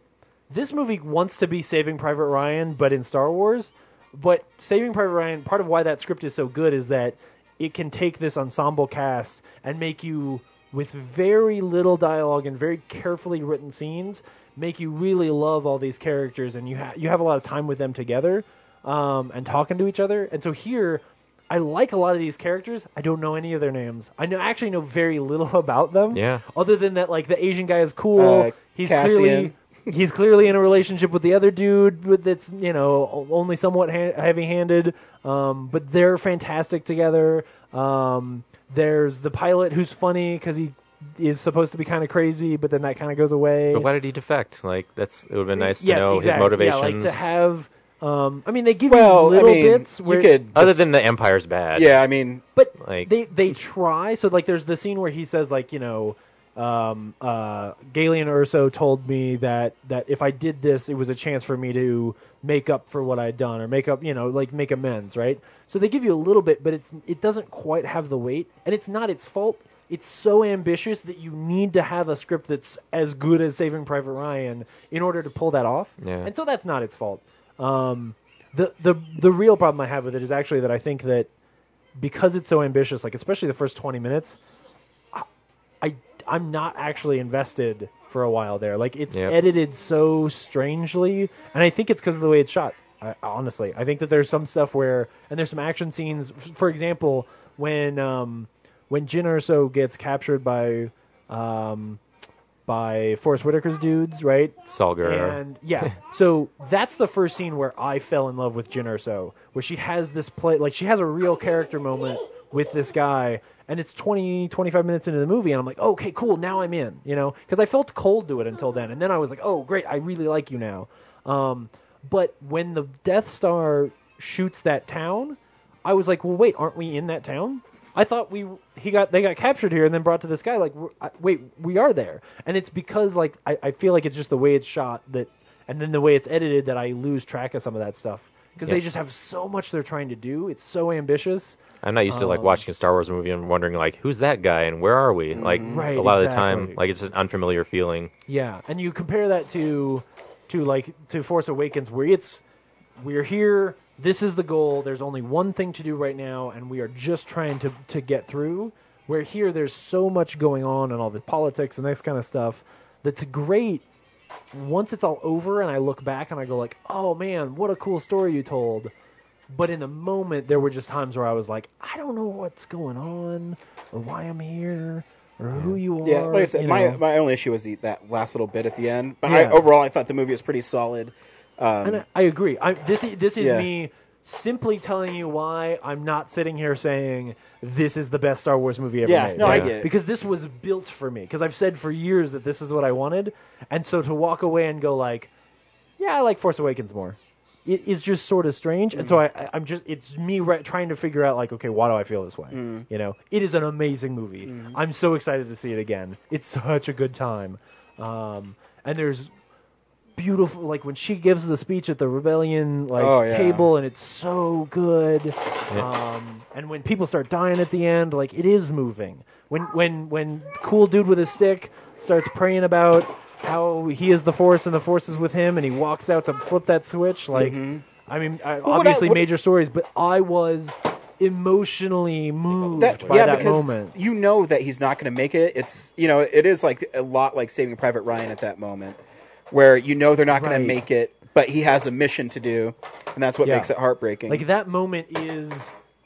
S2: this movie wants to be Saving Private Ryan, but in Star Wars. But Saving Private Ryan, part of why that script is so good is that it can take this ensemble cast and make you, with very little dialogue and very carefully written scenes, make you really love all these characters, and you ha- you have a lot of time with them together um, and talking to each other. And so here, I like a lot of these characters. I don't know any of their names. I know actually know very little about them.
S3: Yeah.
S2: Other than that, like the Asian guy is cool.
S1: Uh,
S2: he's
S1: Cassian.
S2: clearly he's clearly in a relationship with the other dude with that's you know o- only somewhat ha- heavy-handed. Um, but they're fantastic together. Um, there's the pilot who's funny because he is supposed to be kind of crazy, but then that kind of goes away.
S3: But why did he defect? Like that's it would have been nice
S2: yes,
S3: to know
S2: exactly.
S3: his motivations.
S2: Yeah, like to have. Um, I mean, they give
S1: Well, I
S2: you little
S1: mean,
S2: bits
S1: you
S2: where
S1: could
S3: Other
S1: just-
S3: than the Empire's bad.
S1: yeah, I mean,
S2: but
S3: Like-
S2: they they try. So like, there's the scene where he says like, you know, um, uh, Galen Urso told me that that if I did this, it was a chance for me to make up for what I'd done or make up, you know, like make amends, right? So they give you a little bit, but it's it doesn't quite have the weight, and it's not its fault. It's so ambitious that you need to have a script that's as good as Saving Private Ryan in order to pull that off.
S3: Yeah.
S2: And so that's not its fault. Um, the the the real problem I have with it is actually that I think that because it's so ambitious, like especially the first twenty minutes, I I'm not actually invested for a while there. Like it's
S3: Yep.
S2: edited so strangely, and I think it's because of the way it's shot. I, honestly, I think that there's some stuff where, and there's some action scenes. f- For example, when um when Jin Erso gets captured by um by Forrest Whitaker's dudes, right?
S3: Saw Gerrera.
S2: And yeah, so that's the first scene where I fell in love with Jin Erso, where she has this play, like she has a real character moment with this guy, and it's 20, 25 minutes into the movie, and I'm like, okay, cool, now I'm in, you know, because I felt cold to it until then, and then I was like, oh, great, I really like you now. Um, but when the Death Star shoots that town, I was like, well, wait, aren't we in that town? I thought we he got they got captured here and then brought to this guy. Like, we're- I, wait, we are there, and it's because like I, I feel like it's just the way it's shot that, and then the way it's edited that I lose track of some of that stuff because
S3: Yeah.
S2: they just have so much they're trying to do. It's so ambitious.
S3: I'm not used to like
S2: Um,
S3: watching a Star Wars movie and wondering like who's that guy and where are we? Like
S2: Mm, Right,
S3: a lot of the
S2: exactly.
S3: time, like it's an unfamiliar feeling.
S2: Yeah, and you compare that to to like to Force Awakens where it's we're here, this is the goal, there's only one thing to do right now and we are just trying to to get through. Where here there's so much going on and all the politics and this kind of stuff that's great once it's all over and I look back and I go like, "Oh man, what a cool story you told." But in the moment, there were just times where I was like, "I don't know what's going on, or why I'm here, or who you are."
S1: yeah, like I said,
S2: you
S1: my
S2: know.
S1: my only issue was the, that last little bit at the end. But I,
S2: Yeah.
S1: overall, I thought the movie was pretty solid.
S2: and I,
S1: Um,
S2: I agree. I, this i- this is
S1: Yeah.
S2: me simply telling you why I'm not sitting here saying this is the best Star Wars movie ever
S1: Yeah,
S2: made.
S1: no, I get it.
S2: Because this was built for me. Because I've said for years that this is what I wanted, and so to walk away and go like, yeah, I like Force Awakens more. it is just sort of strange. And so
S1: Mm-hmm.
S2: I, I- I'm just it's me re- trying to figure out like, okay, why do I feel this way?
S17: Mm.
S2: You know, it is an amazing movie.
S1: Mm-hmm.
S17: Mhm.
S2: I'm so excited to see it again. It's such a good time. Um, and there's beautiful like when she gives the speech at the rebellion like
S1: Oh, yeah.
S2: table and it's so good
S1: Yeah.
S2: um, and when people start dying at the end like it is moving when when when cool dude with his stick starts praying about how he is the force and the force is with him and he walks out to flip that switch like
S1: Mhm.
S2: i mean I,
S1: Well, what I-
S2: obviously
S1: what-
S2: major stories but i was emotionally moved by
S1: yeah,
S2: that
S1: because
S2: moment
S1: you know that he's not going to make it. It's you know it is like a lot like Saving Private Ryan at that moment, where you know they're not going
S2: Right.
S1: to make it, but he has a mission to do, and that's what
S2: Yeah.
S1: makes it heartbreaking.
S2: Like that moment is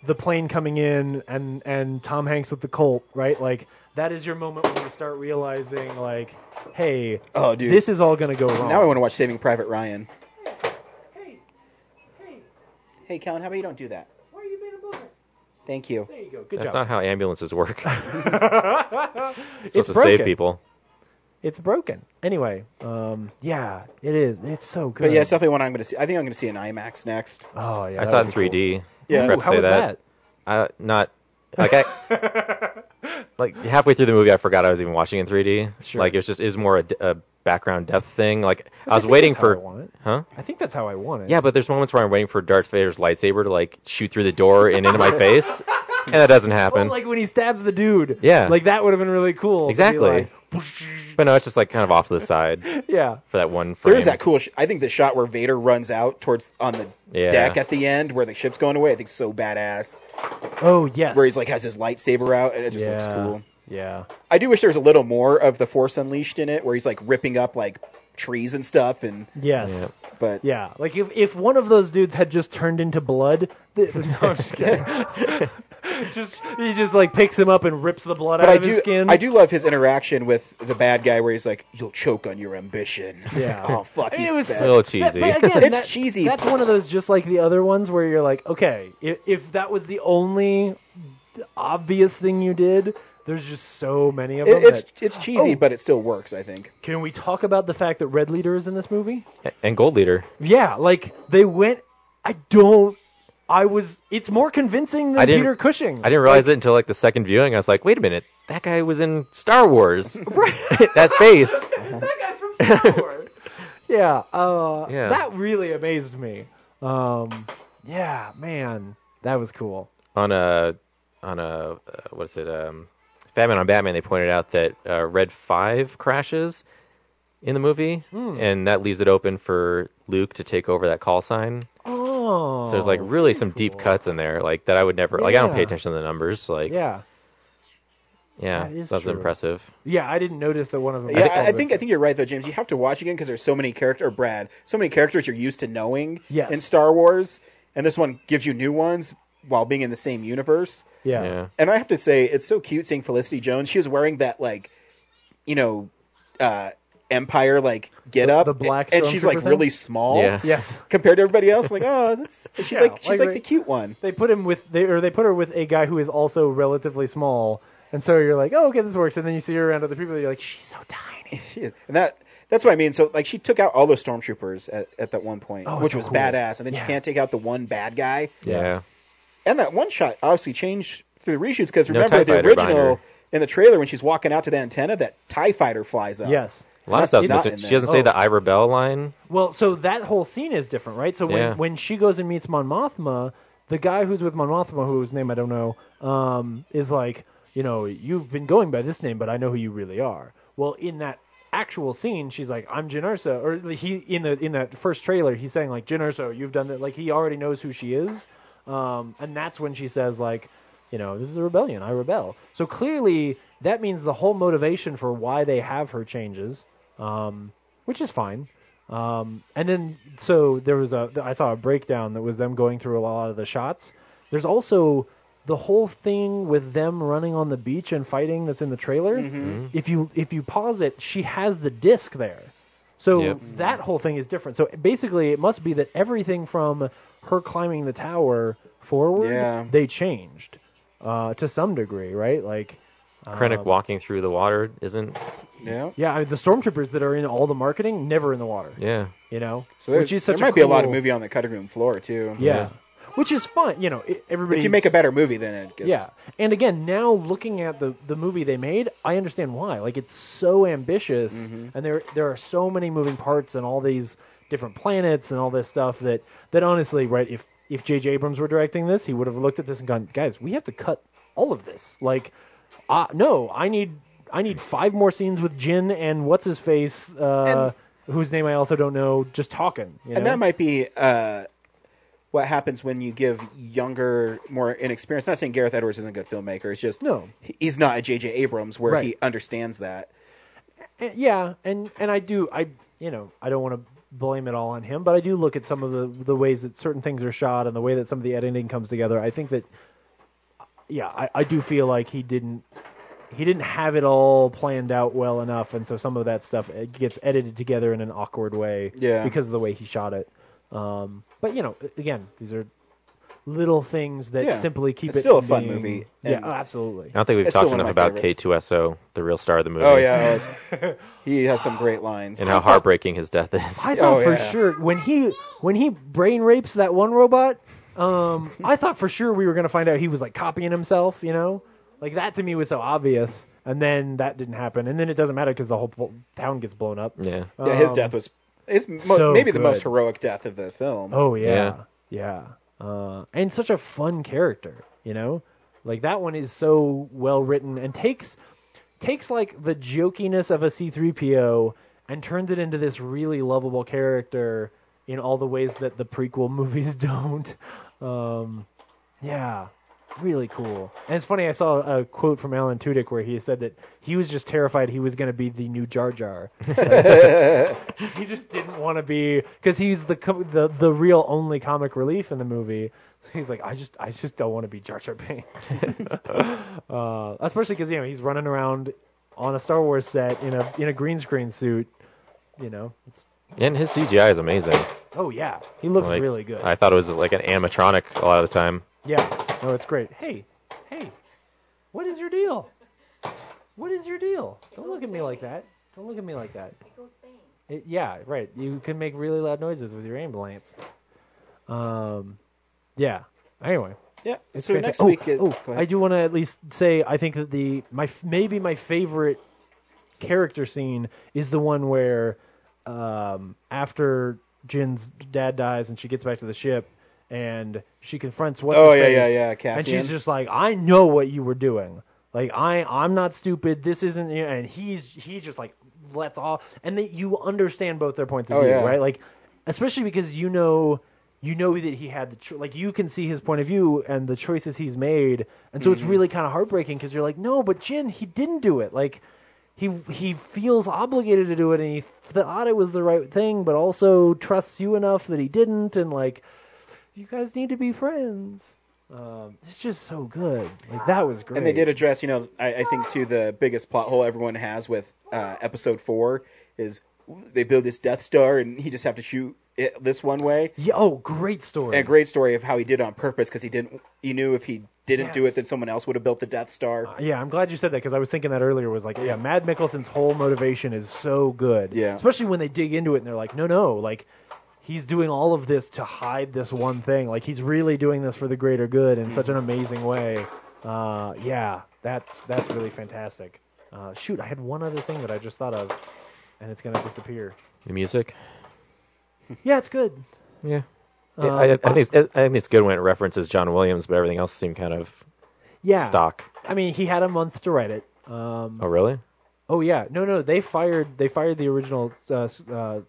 S2: the plane coming in and and Tom Hanks with the Colt, right? Like that is your moment when you start realizing like, hey,
S1: oh, dude,
S2: this is all gonna go wrong.
S1: Now
S3: Oh.
S1: I want to watch Saving Private Ryan. Hey, Kellen, how about you don't do that? Thank you.
S2: There you go.
S3: That's not how ambulances work. it's supposed
S2: It's
S3: to
S2: broken.
S3: save people.
S2: It's broken. Anyway, um, yeah, it is. It's so good.
S1: But yeah, it's definitely one I'm going to see. I think I'm going to see an IMAX next.
S2: Oh yeah,
S3: I
S2: that
S3: saw it
S2: would
S3: in
S2: be cool.
S3: 3D.
S1: Yeah.
S3: I forgot to
S1: Ooh, how
S3: say
S1: was
S3: that. I not like I like halfway through the movie I forgot I was even watching in 3D.
S2: Sure.
S3: Like it was just is more a, d- a background depth thing. Like I was
S2: think
S3: waiting
S2: that's how I
S3: for
S2: want it.
S3: huh?
S2: I think that's how I want it.
S3: Yeah, but there's moments where I'm waiting for Darth Vader's lightsaber to like shoot through the door and into my face, and that doesn't happen.
S2: Well, like when he stabs the dude.
S3: Yeah.
S2: Like that would have been really cool. to be
S3: exactly.
S2: like-
S3: but no, it's just like kind of off to the side.
S2: Yeah.
S3: For that one frame.
S1: There is that cool. Sh- I think the shot where Vader runs out towards on the
S3: Yeah.
S1: deck at the end where the ship's going away. I think so badass.
S2: oh yes.
S1: Where he's like has his lightsaber out and it just looks
S2: Yeah.
S1: cool.
S2: Yeah.
S1: I do wish there was a little more of the Force Unleashed in it, where he's like ripping up like trees and stuff. And
S2: Yes.
S1: but
S2: Yeah, like if, if one of those dudes had just turned into blood, th- no, I'm just kidding. just he just like picks him up and rips the blood
S1: but
S2: out
S1: I
S2: of his
S1: do
S2: skin.
S1: I do love his interaction with the bad guy, where he's like, "You'll choke on your ambition." It's
S2: Yeah.
S1: like, oh fuck,
S2: I mean,
S1: he's
S2: it was
S1: bad.
S3: so cheesy.
S2: But again,
S1: it's
S2: that-
S1: cheesy.
S2: That's one of those just like the other ones where you're like, okay, if, if that was the only obvious thing you did, there's just so many of
S1: It-
S2: them.
S1: it's
S2: that-
S1: it's cheesy,
S2: Oh,
S1: but it still works. I think.
S2: can we talk about the fact that Red Leader is in this movie?
S3: And Gold Leader.
S2: Yeah, like they went. I don't. I was. It's more convincing
S3: I
S2: than
S3: didn't-
S2: Peter Cushing.
S3: I didn't realize it until like the second viewing. I was like, wait a minute, that guy was in Star Wars. right. that face.
S2: Yeah, uh,
S3: Yeah.
S2: that really amazed me. Um, yeah, man, that was cool.
S3: on a on a uh, what is it? Um, Batman on Batman. They pointed out that uh, Red Five crashes in the movie,
S2: Hmm.
S3: and that leaves it open for Luke to take over that call sign.
S2: Oh,
S3: so there's like really some deep cuts in there, like that I would never like. I don't pay
S2: Yeah.
S3: attention to the numbers, like yeah,
S2: yeah, that is
S3: that's
S2: true.
S3: impressive.
S2: yeah. I didn't notice that one of them.
S1: Yeah, I, I think I think you're right though, James. You have to watch again because there's so many characters, or Brad, so many characters you're used to knowing
S2: Yes.
S1: in Star Wars, and this one gives you new ones while being in the same universe.
S2: Yeah.
S1: And I have to say, it's so cute seeing Felicity Jones. She was wearing that like, you know, uh, Empire like get up,
S2: the black
S1: and she's like
S2: stormtrooper thing?
S1: really small.
S3: Yeah.
S2: Yes.
S1: Compared to everybody else, like oh, that's she's
S2: Yeah,
S1: like she's
S2: like,
S1: like,
S2: right-
S1: the cute one.
S2: they put him with they or they put her with a guy who is also relatively small, and so you're like, oh, okay, this works. And then you see her around other people, you're like, she's so tiny.
S1: She is, and that that's what I mean. So like, she took out all those stormtroopers at, at that one point,
S2: Oh,
S1: which
S2: so
S1: was
S2: cool.
S1: badass, and then
S2: Yeah.
S1: she can't take out the one bad guy.
S3: Yeah.
S1: And that one shot obviously changed through the reshoots because
S3: No
S1: remember
S3: TIE
S1: the
S3: fighter behind
S1: original
S3: her.
S1: in the trailer when she's walking out to the antenna, that Tie Fighter flies up.
S2: Yes.
S3: A lot of
S1: That's
S3: stuff.
S1: not in
S3: She
S1: there.
S3: doesn't say the I rebel line.
S2: Well, so that whole scene is different, right? So when,
S3: Yeah.
S2: when she goes and meets Mon Mothma, the guy who's with Mon Mothma, whose name I don't know, um, is like, you know, you've been going by this name, but I know who you really are. Well, in that actual scene, she's like, I'm Jyn Erso, or he in the in that first trailer, he's saying like, Jyn Erso, you've done that. Like he already knows who she is, um, and that's when she says like, you know, this is a rebellion. I rebel. So clearly, that means the whole motivation for why they have her changes, um, which is fine. Um, and then, so there was a, I saw a breakdown that was them going through a lot of the shots. There's also the whole thing with them running on the beach and fighting that's in the trailer.
S17: Mhm.
S2: If you if you pause it, she has the disc there. So
S17: Yep.
S2: that whole thing is different. So basically, it must be that everything from her climbing the tower forward,
S3: Yeah.
S2: they changed uh, to some degree, right? Like,
S3: Krennic
S2: um,
S3: walking through the water isn't
S1: Yeah.
S2: Yeah, I mean, the stormtroopers that are in all the marketing never in the water.
S3: Yeah.
S2: You know,
S1: So there,
S2: which is such
S1: there might be a lot
S2: cool-
S1: of movie on the cutting room floor too.
S2: Yeah. Which is fun, you know. e-, Everybody.
S1: If you make a better movie, then it gets
S2: Yeah, and again, now looking at the the movie they made, I understand why. Like it's so ambitious,
S1: Mhm.
S2: and there there are so many moving parts and all these different planets and all this stuff that that honestly, right? If if J.J. Abrams were directing this, he would have looked at this and gone, guys, we have to cut all of this. Like, uh, no, I need I need five more scenes with Jin and what's his face, uh, whose name I also don't know, just talking. You
S1: and
S2: know?
S1: that might be uh, what happens when you give younger, more inexperienced. Not saying Gareth Edwards isn't a good filmmaker. It's just
S2: No.
S1: he's not a J.J. Abrams where
S2: Right.
S1: he understands that.
S2: And- yeah, and and I do I you know I don't want to blame it all on him, but I do look at some of the the ways that certain things are shot and the way that some of the editing comes together. I think that yeah, I, I do feel like he didn't he didn't have it all planned out well enough, and so some of that stuff it gets edited together in an awkward way
S1: Yeah.
S2: because of the way he shot it. Um, but you know, again, these are little things that
S1: Yeah.
S2: simply keep
S1: It's
S2: it
S1: still a
S2: from
S1: fun
S2: being-
S1: movie,
S2: Yeah,
S1: and-
S2: oh, absolutely.
S3: I don't think we've
S1: It's
S3: talked
S1: still one of
S3: enough
S1: my
S3: about K
S1: favorites.
S3: two S O, the real star of the movie.
S1: Oh yeah, it was- he has some great lines.
S3: and how heartbreaking his death is.
S2: I thought
S1: Oh,
S2: for
S1: yeah.
S2: sure when he when he brain rapes that one robot, um, I thought for sure we were gonna find out he was like copying himself. You know, like that to me was so obvious. And then that didn't happen. And then it doesn't matter because the whole po- town gets blown up.
S3: Yeah.
S1: Yeah, his
S2: Um,
S1: death was it's mo-
S2: so
S1: maybe the most
S2: good.
S1: heroic death of the film.
S2: Oh yeah, yeah, Uh, and such a fun character, you know. Like that one is so well written and takes takes like the jokiness of a C three PO and turns it into this really lovable character in all the ways that the prequel movies don't. Um, yeah, really cool. And it's funny. I saw a quote from Alan Tudyk where he said that he was just terrified he was going to be the new Jar Jar. he just didn't want to be because he's the com- the the real only comic relief in the movie. So he's like, I just I just don't want to be Jar Jar Binks, uh, especially because you know he's running around on a Star Wars set in a in a green screen suit. You know, it's,
S3: And his CGI is amazing.
S2: oh yeah, he looks
S3: Like,
S2: really good.
S3: I thought it was like an animatronic a lot of the time.
S2: Yeah, no, it's great. Hey, hey, what is your deal? What is your deal? Don't look at me like that. Don't look at me like that. It, yeah, right. You can make really loud noises with your ambulance. Um, yeah. Anyway.
S1: Yeah,
S2: It's
S1: so
S2: fantas-
S1: next
S2: oh,
S1: week it-
S2: oh,
S1: go ahead.
S2: I do want to at least say I think that the my f- maybe my favorite character scene is the one where um, after Jin's dad dies and she gets back to the ship and she confronts what's
S1: Oh,
S2: his
S1: yeah,
S2: face,
S1: yeah, yeah,
S2: and
S1: Cassian.
S2: she's just like I know what you were doing like I I'm not stupid this isn't you know, and he's he just like lets off and that you understand both their points of
S1: Oh,
S2: view
S1: yeah.
S2: right like especially because you know you know that he had the cho- like you can see his point of view and the choices he's made and so it's
S1: Mhm.
S2: really kind of heartbreaking because you're like no but jin he didn't do it like he he feels obligated to do it and he thought it was the right thing but also trusts you enough that he didn't and like you guys need to be friends um, it's just so good like that was great
S1: And they did address, you know, I, I think too the biggest plot hole everyone has with uh, episode four is they build this Death Star and he just have to shoot it this one way.
S2: yeah, oh great story
S1: And a great story of how he did it on purpose because he didn't. He knew if he didn't do
S2: Yes.
S1: it, then someone else would have built the Death Star.
S2: Yeah, I'm glad you said that because I was thinking that earlier was like, yeah, Mad Mickelson's whole motivation is so good.
S1: Yeah.
S2: Especially when they dig into it and they're like, no, no, like he's doing all of this to hide this one thing. Like he's really doing this for the greater good in such an amazing way. Uh, yeah, that's that's really fantastic. Uh, shoot, I had one other thing that I just thought of, and it's gonna disappear.
S3: The music.
S2: Yeah, it's good.
S3: Yeah.
S2: Um,
S3: I, I, think it's, I think it's good when it references John Williams, but everything else seemed kind of
S2: yeah.
S3: stock.
S2: I mean, he had a month to write it. Um,
S3: Oh really?
S2: Oh yeah, no, no, they fired they fired the original. Uh, s- uh,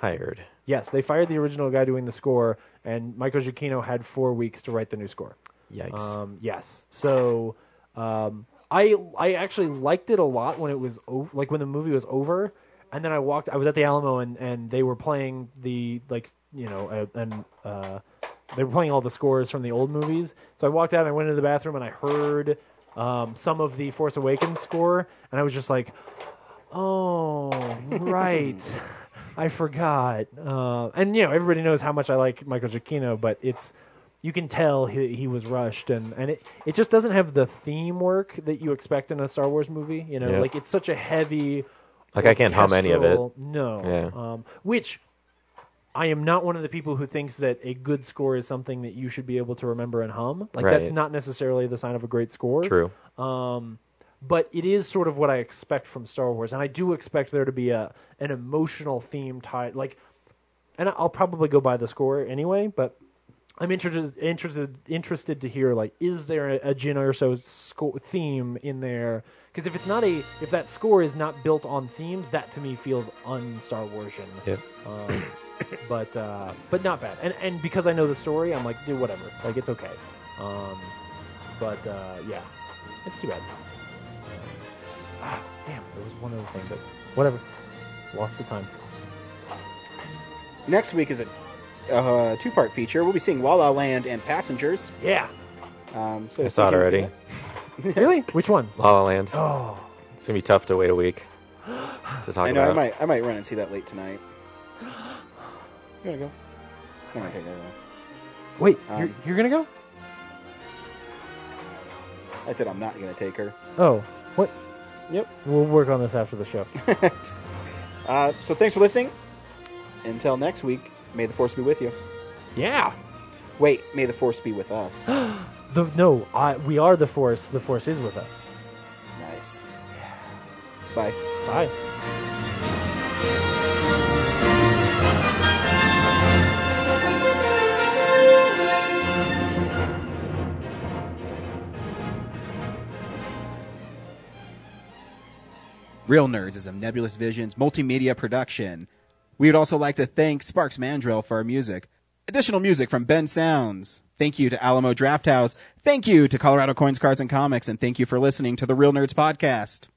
S3: Fired.
S2: yes, they fired the original guy doing the score, and Michael Giacchino had four weeks to write the new score.
S3: Yikes.
S2: Um, yes, so um, I I actually liked it a lot when it was o- like when the movie was over, and then I walked. I was at the Alamo, and and they were playing the like you know uh, and. Uh, they were playing all the scores from the old movies. So I walked out and I went into the bathroom and I heard um, some of the Force Awakens score, and I was just like, "Oh, right, I forgot." Uh, and you know, everybody knows how much I like Michael Giacchino, but it's you can tell he, he was rushed, and and it it just doesn't have the theme work that you expect in a Star Wars movie. You know,
S3: Yeah.
S2: like it's such a heavy
S3: Like I can't hum any of it.
S2: orchestral- No.
S3: Yeah.
S2: Um, which I am not one of the people who thinks that a good score is something that you should be able to remember and hum. Like that's
S3: Right.
S2: not necessarily the sign of a great score.
S3: True.
S2: Um, but it is sort of what I expect from Star Wars, and I do expect there to be a an emotional theme tied like. And I'll probably go by the score anyway, but I'm interested interested interested to hear like is there a, a Jin Erso sco- theme in there? Because if it's not a if that score is not built on themes, that to me feels un Star Warsian.
S3: Yep.
S2: Um, but uh, but not bad. And and because I know the story, I'm like, dude, whatever. Like it's okay. Um, but uh, yeah, it's too bad. Ah, damn, there was one other thing, but whatever. Lost the time.
S1: Next week is a uh, two-part feature. We'll be seeing La La Land and Passengers.
S2: Yeah.
S1: Um, so
S3: I saw
S1: stay tuned
S3: it
S1: for
S3: already.
S1: that.
S2: really? Which one?
S3: La La Land.
S2: Oh.
S3: It's gonna be tough to wait a week to talk
S1: I know.
S3: about.
S1: I might. I might run and see that late tonight. You wanna go? I'm gonna take that one.
S2: Wait,
S1: Um,
S2: you're, you're gonna go?
S1: I said I'm not gonna take her.
S2: Oh, what?
S1: Yep.
S2: We'll work on this after the show.
S1: Uh, so thanks for listening. Until next week, may the force be with you.
S2: Yeah.
S1: Wait, may the force be with us.
S2: the, no, I, we are the force. The force is with us.
S1: nice. Bye.
S2: Bye.
S18: Real Nerds is a Nebulous Visions multimedia production. We would also like to thank Sparks Mandrell for our music. Additional music from Ben Sounds. Thank you to Alamo Drafthouse. Thank you to Colorado Coins, Cards, and Comics. And thank you for listening to the Real Nerds Podcast.